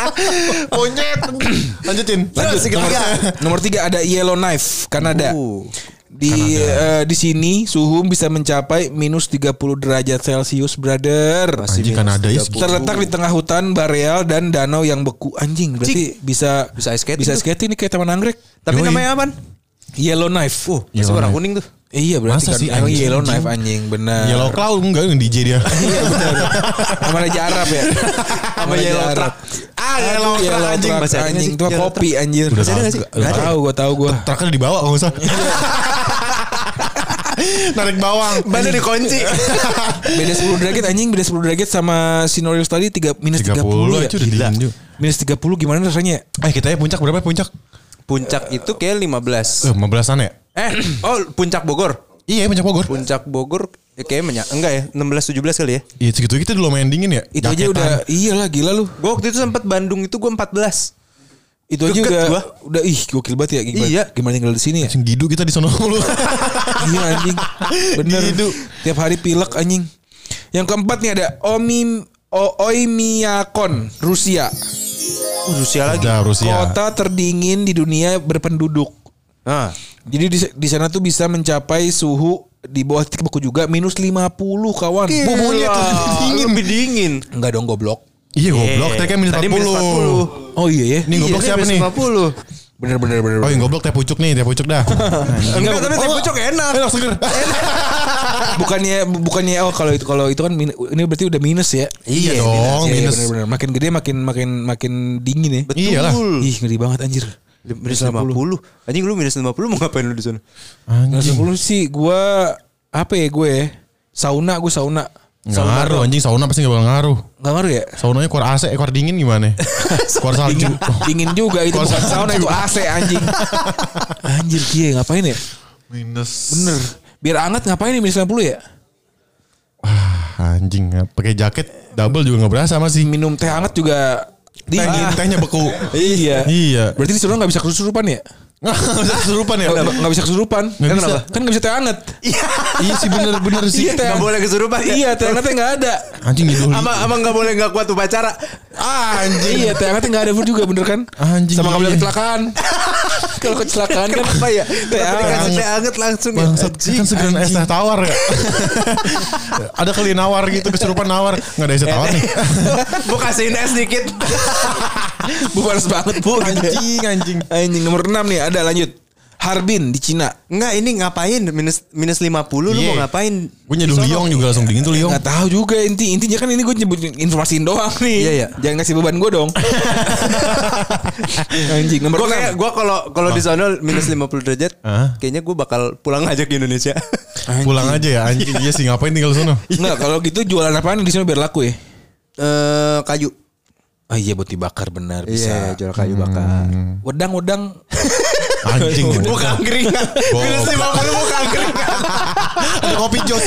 Speaker 2: Monyet. Lanjutin.
Speaker 3: Lanjut nomor, nomor tiga ada Yellowknife Kanada.
Speaker 4: Uh,
Speaker 3: Di eh, di sini suhu bisa mencapai minus 30 derajat Celcius, brother.
Speaker 2: Anjing Kanada ya segitu.
Speaker 3: Terletak di tengah hutan bareal dan danau yang beku anjing. Berarti bisa
Speaker 4: Bisa ice skating
Speaker 3: Bisa ice
Speaker 4: tuh.
Speaker 3: skating nih kayak taman anggrek.
Speaker 4: Tapi
Speaker 2: Yoi.
Speaker 4: namanya apa?
Speaker 3: Yellowknife. Uh,
Speaker 4: Masih warna kuning tuh.
Speaker 3: iya
Speaker 2: Masa
Speaker 3: berarti kan
Speaker 2: sih,
Speaker 3: emang
Speaker 2: anjing?
Speaker 3: Yellowknife anjing benar.
Speaker 2: Yellow Cloud enggak yang DJ dia.
Speaker 3: Iya benar. Sama Raja Arab ya. Sama
Speaker 4: Yellow Truck.
Speaker 3: Ah, Yellow Truck anjing.
Speaker 4: Masih ada nggak
Speaker 3: Anjing
Speaker 4: sih?
Speaker 3: itu mah
Speaker 4: Yellow
Speaker 3: kopi anjir.
Speaker 2: Udah Masih ada nggak
Speaker 4: sih?
Speaker 3: Gak tahu gua tahu gua.
Speaker 2: Terakhir dibawa kalau usah. Narik bawang.
Speaker 4: Bannya dikunci.
Speaker 3: Beda 10 derajat anjing, beda 10 derajat sama Sinorius tadi 3 minus
Speaker 2: 30
Speaker 3: 30, ya.
Speaker 2: aja udah dingin juga.
Speaker 3: Minus 30 gimana rasanya?
Speaker 2: Eh kita ya puncak berapa ya puncak?
Speaker 4: Puncak itu kayak 15.
Speaker 2: Eh 15-an ya?
Speaker 4: Eh, oh puncak Bogor.
Speaker 2: Iya ya puncak Bogor.
Speaker 4: Puncak Bogor ya kayak menya- enggak ya 16 17 kali ya.
Speaker 2: Iya segitu kita dulu main dingin ya.
Speaker 3: Itu aja udah iyalah gila lu.
Speaker 4: Gue waktu itu sempat Bandung itu gue 14.
Speaker 3: Itu aja
Speaker 4: Greget
Speaker 3: udah
Speaker 4: gua.
Speaker 3: udah ih gokil banget ya gimana,
Speaker 4: Iya.
Speaker 3: gimana tinggal di sini ya?
Speaker 2: Senggidu kita di sono mulu.
Speaker 3: Iya anjing. Bener.
Speaker 2: Gitu.
Speaker 3: Tiap hari pilek anjing. Yang keempat nih ada Omi O- Oymyakon, Rusia.
Speaker 4: Uh, Rusia lagi.
Speaker 2: Udah Rusia.
Speaker 3: Kota terdingin di dunia berpenduduk.
Speaker 4: Nah,
Speaker 3: Jadi di, di sana tuh bisa mencapai suhu di bawah titik beku juga minus 50 kawan.
Speaker 4: Gila.
Speaker 2: Bumbunya tuh lebih dingin.
Speaker 4: Iya. lebih dingin.
Speaker 3: Enggak dong goblok.
Speaker 2: Iya goblok tadi kan minus
Speaker 4: Tadi minus
Speaker 2: 40.
Speaker 4: 40.
Speaker 3: Oh iya ya.
Speaker 2: Ini goblok
Speaker 4: Iya,
Speaker 2: siapa
Speaker 4: minus
Speaker 2: nih?
Speaker 4: 50.
Speaker 3: Bener bener bener.
Speaker 2: Oh
Speaker 3: bener.
Speaker 2: yang goblok teh pucuk nih, teh pucuk dah. Eh,
Speaker 4: Enggak, tapi teh pucuk enak.
Speaker 2: Enak seger.
Speaker 3: bukannya bukannya oh kalau itu kalau itu kan min- ini berarti udah minus ya.
Speaker 2: Iya dong,
Speaker 3: Iya,
Speaker 2: minus.
Speaker 3: bener bener. Makin gede makin makin makin dingin ya.
Speaker 2: Iyalah.
Speaker 3: Ih ngeri banget anjir.
Speaker 4: Minus 50. Anjing lu minus 50 mau ngapain lu di sana?
Speaker 3: Minus
Speaker 2: Anjing.
Speaker 3: 10 Nah, sih gua apa ya gue ya? Sauna gue sauna.
Speaker 2: Nggak ngaruh anjing sauna pasti gak bakal ngaruh.
Speaker 3: Enggak ngaruh ya?
Speaker 2: Saunanya keluar AC, eh, keluar dingin gimana? keluar salju.
Speaker 3: Dingin juga itu bukan sauna itu AC anjing. Anjir dia ngapain ya?
Speaker 2: Minus.
Speaker 3: Bener. Biar anget ngapain nih minus 90 ya?
Speaker 2: Anjing, pakai jaket double juga nggak berasa masih.
Speaker 3: Minum teh anget juga
Speaker 2: Tehnya,
Speaker 3: dingin.
Speaker 2: tehnya beku.
Speaker 3: Iya.
Speaker 2: Iya.
Speaker 3: Berarti di sana nggak bisa kesurupan ya?
Speaker 2: Bisa kesurupan ya?
Speaker 3: Nggak nggak bisa kesurupan.
Speaker 2: Nggak
Speaker 3: Kan
Speaker 2: bisa.
Speaker 3: kenapa? Kan nggak bisa teh anget.
Speaker 2: Iya sih bener-bener sih.
Speaker 3: Iya, teh.
Speaker 4: Nggak boleh kesurupan ya?
Speaker 3: Iya, teh angetnya nggak ada.
Speaker 2: Anjing gitu.
Speaker 4: Ama ama enggak boleh enggak kuat upacara.
Speaker 3: Anjing. Iya, teh angetnya nggak ada juga bener kan?
Speaker 2: Anjing,
Speaker 3: Sama nggak
Speaker 2: iya.
Speaker 3: boleh kecelakaan. Kalau kecelakaan kan
Speaker 4: Apa ya?
Speaker 3: Teh
Speaker 4: Tapi dikasih
Speaker 3: anget.
Speaker 4: teh anget langsung ya.
Speaker 2: Bangsat kan segeran es teh tawar ya. ada kali nawar gitu kesurupan nawar. Enggak ada es teh tawar nih.
Speaker 4: Eh, Gua kasihin es dikit.
Speaker 3: gitu ya. Bubaras banget bu. Anjing, anjing. Anjing nomor 6 nih ada lanjut. Harbin di Cina.
Speaker 4: Enggak ini ngapain minus minus 50 lu
Speaker 2: Iya.
Speaker 4: mau ngapain?
Speaker 2: Gue nyeduh
Speaker 4: Di sono.
Speaker 2: liong juga langsung dingin tuh liong.
Speaker 3: Nggak tahu juga inti intinya kan ini gue nyebut informasiin doang nih.
Speaker 4: Iya, iya.
Speaker 3: Jangan ngasih beban gue dong. Anjing nomor
Speaker 4: Gue kayak
Speaker 3: enam.
Speaker 4: gue kalau kalau di sono minus 50 derajat,
Speaker 2: Hah?
Speaker 4: kayaknya gue bakal pulang aja ke Indonesia.
Speaker 2: Pulang aja ya anjing. Iya sih ngapain tinggal di sono.
Speaker 3: Enggak, kalau gitu jualan apaan di sini biar laku ya?
Speaker 4: Eh kayu.
Speaker 3: Ah iya buat dibakar benar
Speaker 4: Iya,
Speaker 3: bisa. Hmm.
Speaker 4: jual kayu bakar.
Speaker 3: Wedang-wedang
Speaker 2: Anjing.
Speaker 4: Bukan keringat.
Speaker 2: Bo-
Speaker 4: Minus 50 bukan keringat.
Speaker 2: Ada kopi jos.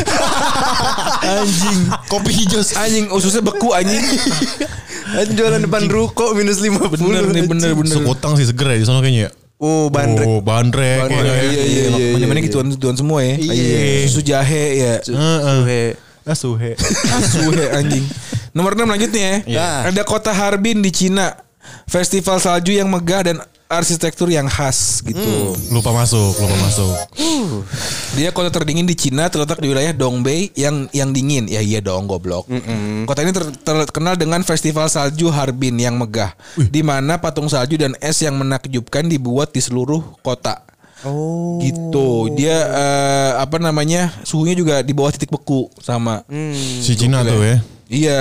Speaker 2: anjing. Kopi jos.
Speaker 3: anjing ususnya beku anjing.
Speaker 4: Eh, Jualan depan ruko minus 50.
Speaker 3: bener nih bener bener.
Speaker 2: Sekutang sih seger ya di sono kayaknya. ya.
Speaker 4: Oh, bandrek.
Speaker 2: Oh, bandrek.
Speaker 4: Bandrek,
Speaker 2: kayaknya ya.
Speaker 3: Iya iya iya. Mana-mana gituan gituan semua ya.
Speaker 2: Iya.
Speaker 3: Susu jahe ya.
Speaker 2: Heeh. Ah, suhe.
Speaker 3: Suhe anjing. Nomor 6 lanjutnya ya.
Speaker 4: Iya.
Speaker 3: Ada kota Harbin di Cina. Festival salju yang megah dan arsitektur yang khas gitu.
Speaker 2: Lupa masuk, lupa masuk.
Speaker 3: Dia kota terdingin di Cina terletak di wilayah Dongbei yang yang dingin. Ya iya dong goblok. Kota ini ter- terkenal dengan festival salju Harbin yang megah. Di mana patung salju dan es yang menakjubkan dibuat di seluruh kota. Oh. Gitu. Dia eh, apa namanya? Suhunya juga di bawah titik beku sama.
Speaker 2: Si Cina tuh ya.
Speaker 3: Iya.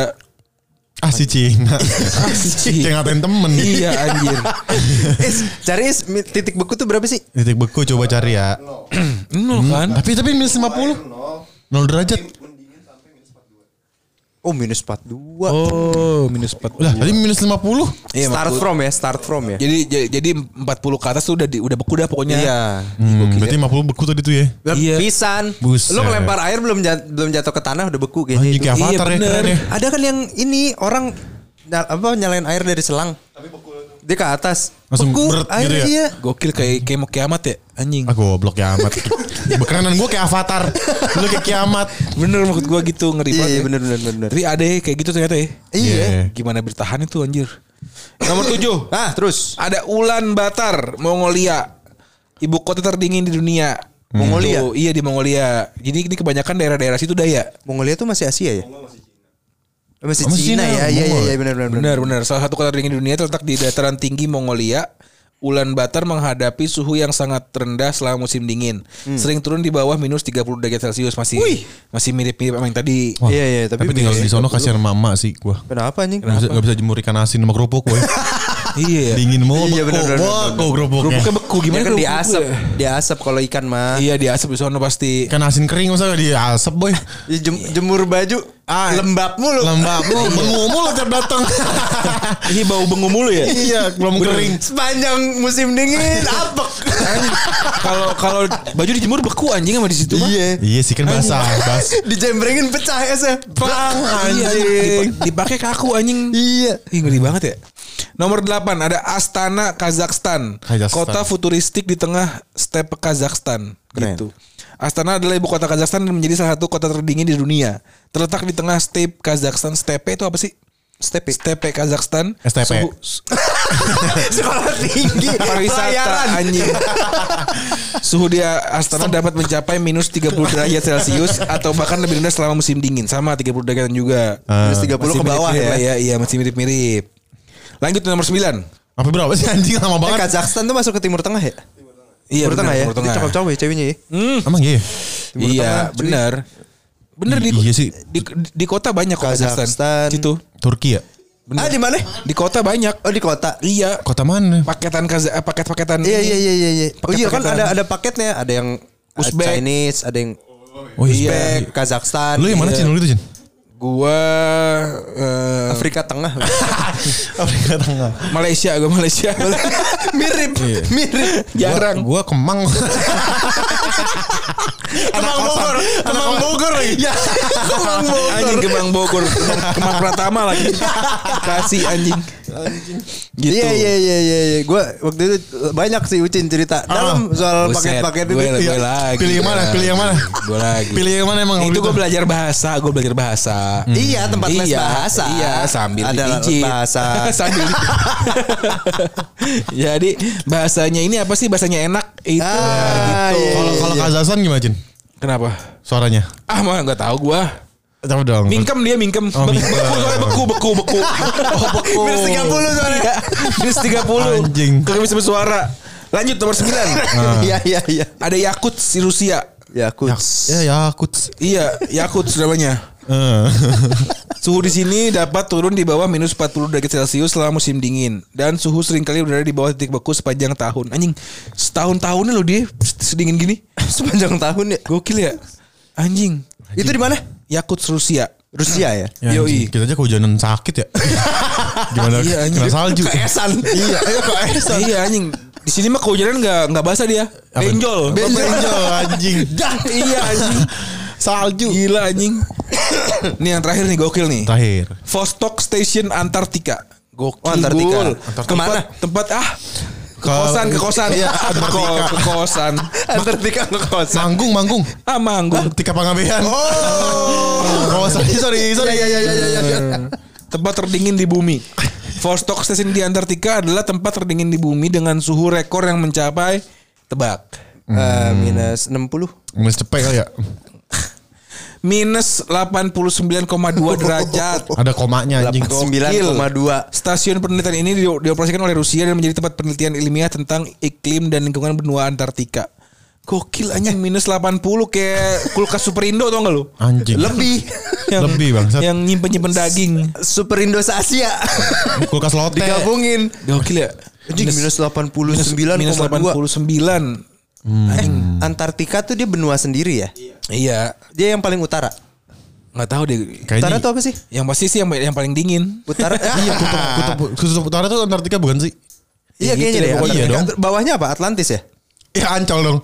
Speaker 2: Ah, si Cina.
Speaker 3: Ah, sih.
Speaker 2: Kayak ngatain temen.
Speaker 3: iya anjir.
Speaker 4: Is, cari is, mi- titik beku tuh berapa sih?
Speaker 2: Titik beku coba cari ya. Hmm.
Speaker 3: Nol kan?
Speaker 2: Tapi tapi minus 50. 0 derajat.
Speaker 4: Oh, minus 42.
Speaker 3: Oh, minus 40.
Speaker 2: Lah, tadi minus 50.
Speaker 3: Iya,
Speaker 4: start
Speaker 3: 40.
Speaker 4: from ya, start from ya.
Speaker 3: Jadi j- jadi 40 ke atas tuh udah di, udah beku dah pokoknya.
Speaker 2: Hmm, berarti 50 beku tadi tuh ya.
Speaker 3: Iya.
Speaker 4: Pisan.
Speaker 2: Buset.
Speaker 4: Lu ngelempar air belum jat- belum jatuh ke tanah udah beku kayaknya.
Speaker 2: Anjing
Speaker 4: itu.
Speaker 2: kayak avatar
Speaker 3: Iya,
Speaker 2: ya
Speaker 3: bener.
Speaker 2: keren ya.
Speaker 4: Ada kan yang ini orang nyal- apa nyalain air dari selang. Tapi beku. Dia ke atas.
Speaker 2: Langsung
Speaker 4: beku. iya.
Speaker 2: beret gitu
Speaker 4: airnya
Speaker 2: ya?
Speaker 4: dia.
Speaker 3: Gokil kayak kayak mau kiamat ya anjing.
Speaker 2: Ah goblok ya amat. Bekenanan gue kayak avatar. Lu kayak kiamat.
Speaker 3: Bener maksud gua gitu ngeri
Speaker 4: Iya,
Speaker 3: banget.
Speaker 4: iya
Speaker 3: ya.
Speaker 4: bener bener bener. bener.
Speaker 3: Tapi ada ya kayak gitu ternyata ya.
Speaker 4: Iya.
Speaker 2: Eh.
Speaker 3: Gimana bertahan itu anjir. Nomor 7.
Speaker 4: Nah, terus
Speaker 3: Ada Ulan Batar, Mongolia. Ibu kota terdingin di dunia.
Speaker 4: Mongolia?
Speaker 3: Gitu. iya di Mongolia. Jadi ini kebanyakan daerah-daerah situ daya.
Speaker 4: Mongolia tuh masih Asia ya? Masih
Speaker 2: Oh, masih Cina,
Speaker 4: Cina, ya, iya iya
Speaker 2: Mongol.
Speaker 4: iya benar benar. benar.
Speaker 3: Benar, benar. Salah satu kota dingin di dunia terletak di dataran tinggi Mongolia. Ulaanbaatar menghadapi suhu yang sangat rendah selama musim dingin. Sering turun di bawah minus 30 derajat Celcius masih masih mirip-mirip sama yang tadi.
Speaker 2: Wah,
Speaker 4: Iya, iya, tapi
Speaker 2: tapi, tinggal
Speaker 3: ya.
Speaker 2: di sono kasihan mama sih gua.
Speaker 4: Kenapa Iya, anjing?
Speaker 2: Gak bisa, nggak bisa jemur ikan asin sama kerupuk gue.
Speaker 3: iya.
Speaker 2: Dingin mau
Speaker 4: Iya, bener, bener,
Speaker 2: Wah,
Speaker 4: bener,
Speaker 2: kok kerupuknya.
Speaker 3: Kerupuknya beku
Speaker 4: Gimana
Speaker 3: gimana
Speaker 4: kan
Speaker 3: kerupuk
Speaker 4: diasap,
Speaker 3: gue?
Speaker 4: diasap kalau ikan mah.
Speaker 3: Iya, diasap di sono pasti.
Speaker 2: Ikan asin kering masa di asap boy.
Speaker 4: Ya, jem- jemur baju
Speaker 2: Ah,
Speaker 4: lembab mulu.
Speaker 2: Lembab lu bengu mulu tiap datang.
Speaker 3: Ini bau bengu mulu ya.
Speaker 2: iya, belum kering.
Speaker 4: Sepanjang musim dingin apek.
Speaker 3: Kalau kalau baju dijemur beku anjing sama di situ mah.
Speaker 2: Iya sih kan basah, bas.
Speaker 4: Dijembrengin pecah ya, esnya. Bang
Speaker 3: Iya,
Speaker 4: anjing.
Speaker 3: dipa- dipakai kaku anjing.
Speaker 4: Iya.
Speaker 3: Ih, ngeri banget ya. Nomor 8 ada Astana Kazakhstan.
Speaker 2: Kazakhstan.
Speaker 3: Kota futuristik di tengah steppe Kazakhstan gitu. Astana adalah ibu kota Kazakhstan dan menjadi salah satu kota terdingin di dunia. Terletak di tengah steppe Kazakhstan. Steppe itu apa sih? Steppe. Steppe Kazakhstan.
Speaker 2: STP.
Speaker 3: Suhu-
Speaker 4: Sekolah tinggi pelayaran.
Speaker 3: pariwisata anjing. Suhu di Astana dapat mencapai minus 30 derajat Celcius atau bahkan lebih rendah selama musim dingin. Sama 30 derajat juga.
Speaker 4: Terus 30
Speaker 3: Masih
Speaker 4: ke bawah
Speaker 3: mirip-mirip
Speaker 4: ya.
Speaker 3: lah Iya, masih mirip-mirip. Lanjut ke nomor 9.
Speaker 2: Apa berapa sih anjing lama
Speaker 4: Eh,
Speaker 2: banget.
Speaker 4: Kazakhstan tuh masuk ke Timur Tengah ya?
Speaker 3: Iya,
Speaker 4: Timur Tengah ya.
Speaker 3: Timur Tengah.
Speaker 4: Cakep-cakep ya ceweknya ya.
Speaker 3: Hmm,
Speaker 2: Emang iya.
Speaker 3: iya,
Speaker 4: Tengah, cuy.
Speaker 3: benar. Bener di,
Speaker 2: Iya sih.
Speaker 3: di, di- di kota banyak kok Kazakhstan.
Speaker 4: Kazakhstan.
Speaker 3: Gitu.
Speaker 2: Turki ya.
Speaker 4: Ah, di mana?
Speaker 3: Di kota banyak.
Speaker 4: Oh, di kota.
Speaker 3: Iya.
Speaker 2: Kota mana?
Speaker 3: Paketan Kazak eh, paket-paketan.
Speaker 4: Iya
Speaker 3: ini.
Speaker 4: iya iya iya. iya. Oh iya kan
Speaker 3: Paket-paketan.
Speaker 4: ada ada paketnya, ada yang
Speaker 3: Uzbek.
Speaker 4: Chinese, ada yang
Speaker 2: Oh
Speaker 4: Uzbek, Kazakhstan.
Speaker 2: Lu yang mana
Speaker 4: iya.
Speaker 2: Cina lu itu Cin?
Speaker 3: Gua eh,
Speaker 4: Afrika Tengah.
Speaker 2: Afrika Tengah.
Speaker 3: Malaysia, Ya, gua Malaysia.
Speaker 4: mirip, mirip.
Speaker 3: Jarang.
Speaker 2: Gua Kemang.
Speaker 4: Kemang Bogor, Kemang Bogor lagi. Ya, Kemang Bogor.
Speaker 3: Anjing Kemang Bogor, Kemang, Kemang Pratama lagi. Kasih anjing. Gitu.
Speaker 4: Iya iya iya iya iya. Gua waktu itu banyak sih Ucin cerita dalam soal
Speaker 3: Buset,
Speaker 4: paket-paket
Speaker 3: gue,
Speaker 4: itu.
Speaker 3: gue
Speaker 2: Iya.
Speaker 3: lagi.
Speaker 2: Pilih yang mana? Pilih yang mana?
Speaker 3: Gue lagi.
Speaker 2: Pilih yang mana emang?
Speaker 3: itu
Speaker 2: waktu
Speaker 3: gue belajar bahasa, gue belajar bahasa.
Speaker 4: Iya, tempat les
Speaker 3: Iya,
Speaker 4: bahasa.
Speaker 3: Iya, sambil
Speaker 4: Ada
Speaker 3: dipijit.
Speaker 4: bahasa.
Speaker 3: sambil. dipijit. Jadi bahasanya ini apa sih bahasanya enak itu
Speaker 4: Ah,
Speaker 3: gitu.
Speaker 4: iya,
Speaker 2: Kalau kalau Kazakhstan gimana Cin?
Speaker 3: Kenapa?
Speaker 2: Suaranya?
Speaker 3: Ah mah nggak tahu gua.
Speaker 2: Tahu dong.
Speaker 3: Mingkem dia mingkem.
Speaker 2: Oh,
Speaker 3: Be-
Speaker 2: mingkem.
Speaker 3: beku, beku, beku, beku. Oh, beku.
Speaker 4: Minus 30 soalnya.
Speaker 3: Iya, Minus 30.
Speaker 2: Anjing.
Speaker 3: Kagak bisa bersuara. Lanjut nomor 9.
Speaker 4: Iya iya iya.
Speaker 3: Ada Yakut di Rusia.
Speaker 4: Yakut.
Speaker 2: Ya Yakut.
Speaker 3: Iya, Yakut namanya.
Speaker 2: Eh.
Speaker 3: Suhu di sini dapat turun di bawah minus 40 derajat Celcius selama musim dingin dan suhu seringkali berada di bawah titik beku sepanjang tahun. Anjing, setahun-tahunnya loh dia sedingin gini.
Speaker 4: Sepanjang tahun ya.
Speaker 3: Gokil ya. Anjing.
Speaker 4: Itu di mana?
Speaker 3: Yakut Rusia.
Speaker 4: Rusia ya.
Speaker 2: Ya,
Speaker 3: Yoi.
Speaker 2: anjing, Kita aja kehujanan sakit ya. Gimana
Speaker 3: Iya, anjing.
Speaker 2: kena salju.
Speaker 4: Keesan. Iya. Ayo kok Esan.
Speaker 3: Iya anjing. Di sini mah kehujanan nggak nggak basah dia.
Speaker 2: Apa?
Speaker 3: Benjol.
Speaker 2: Benjol anjing.
Speaker 3: Dah, iya anjing.
Speaker 2: Salju.
Speaker 3: Gila anjing. nih yang terakhir nih gokil nih.
Speaker 2: Terakhir.
Speaker 3: Vostok Station Antartika. Gokil.
Speaker 4: Oh, Antartika.
Speaker 3: Gul.
Speaker 4: Antartika.
Speaker 3: Tempat, tempat ah ke
Speaker 2: Ke-
Speaker 3: kosan ke kosan
Speaker 2: Iya,
Speaker 3: ke,
Speaker 2: Antartika.
Speaker 3: ke kosan
Speaker 4: Antartika ngekosan.
Speaker 2: Manggung, manggung.
Speaker 3: ah manggung
Speaker 2: Tika Pangabean. Oh. sorry, sorry, sorry.
Speaker 4: Iya iya iya iya. iya.
Speaker 3: tempat terdingin di bumi Vostok Station di Antartika adalah tempat terdingin di bumi dengan suhu rekor yang mencapai tebak
Speaker 4: Eh, minus 60
Speaker 2: Mas cepet kali ya.
Speaker 3: minus 89,2 derajat
Speaker 2: Ada komanya anjing.
Speaker 4: 9,2
Speaker 3: Stasiun penelitian ini di- dioperasikan oleh Rusia dan menjadi tempat penelitian ilmiah tentang iklim dan lingkungan benua Antartika. Gokil anjing minus 80 kayak kulkas Superindo tau gak lu?
Speaker 2: Anjing.
Speaker 4: lebih
Speaker 2: Lebih, bangsat.
Speaker 3: Yang nyimpen-nyimpen daging.
Speaker 4: Super Indo Asia
Speaker 2: Kulkas lote.
Speaker 4: digabungin
Speaker 3: Gokil ya.
Speaker 4: Anjing, minus 89,2
Speaker 3: minus 89.
Speaker 4: Eh, Antartika tuh dia benua sendiri ya
Speaker 3: Iya,
Speaker 4: dia yang paling utara
Speaker 3: nggak tahu deh.
Speaker 4: utara
Speaker 2: Kayaknya
Speaker 4: tuh apa sih
Speaker 3: Yang pasti sih yang yang paling dingin.
Speaker 4: utara
Speaker 2: Iya, kutub, kutub, kutub utara tuh Antartika bukan sih?
Speaker 4: iya
Speaker 3: gitu
Speaker 4: kayaknya
Speaker 3: deh
Speaker 4: deh
Speaker 2: pokoknya.
Speaker 4: Antartika.
Speaker 2: Iya dong.
Speaker 4: bawahnya apa Atlantis ya
Speaker 2: Ya ancol dong.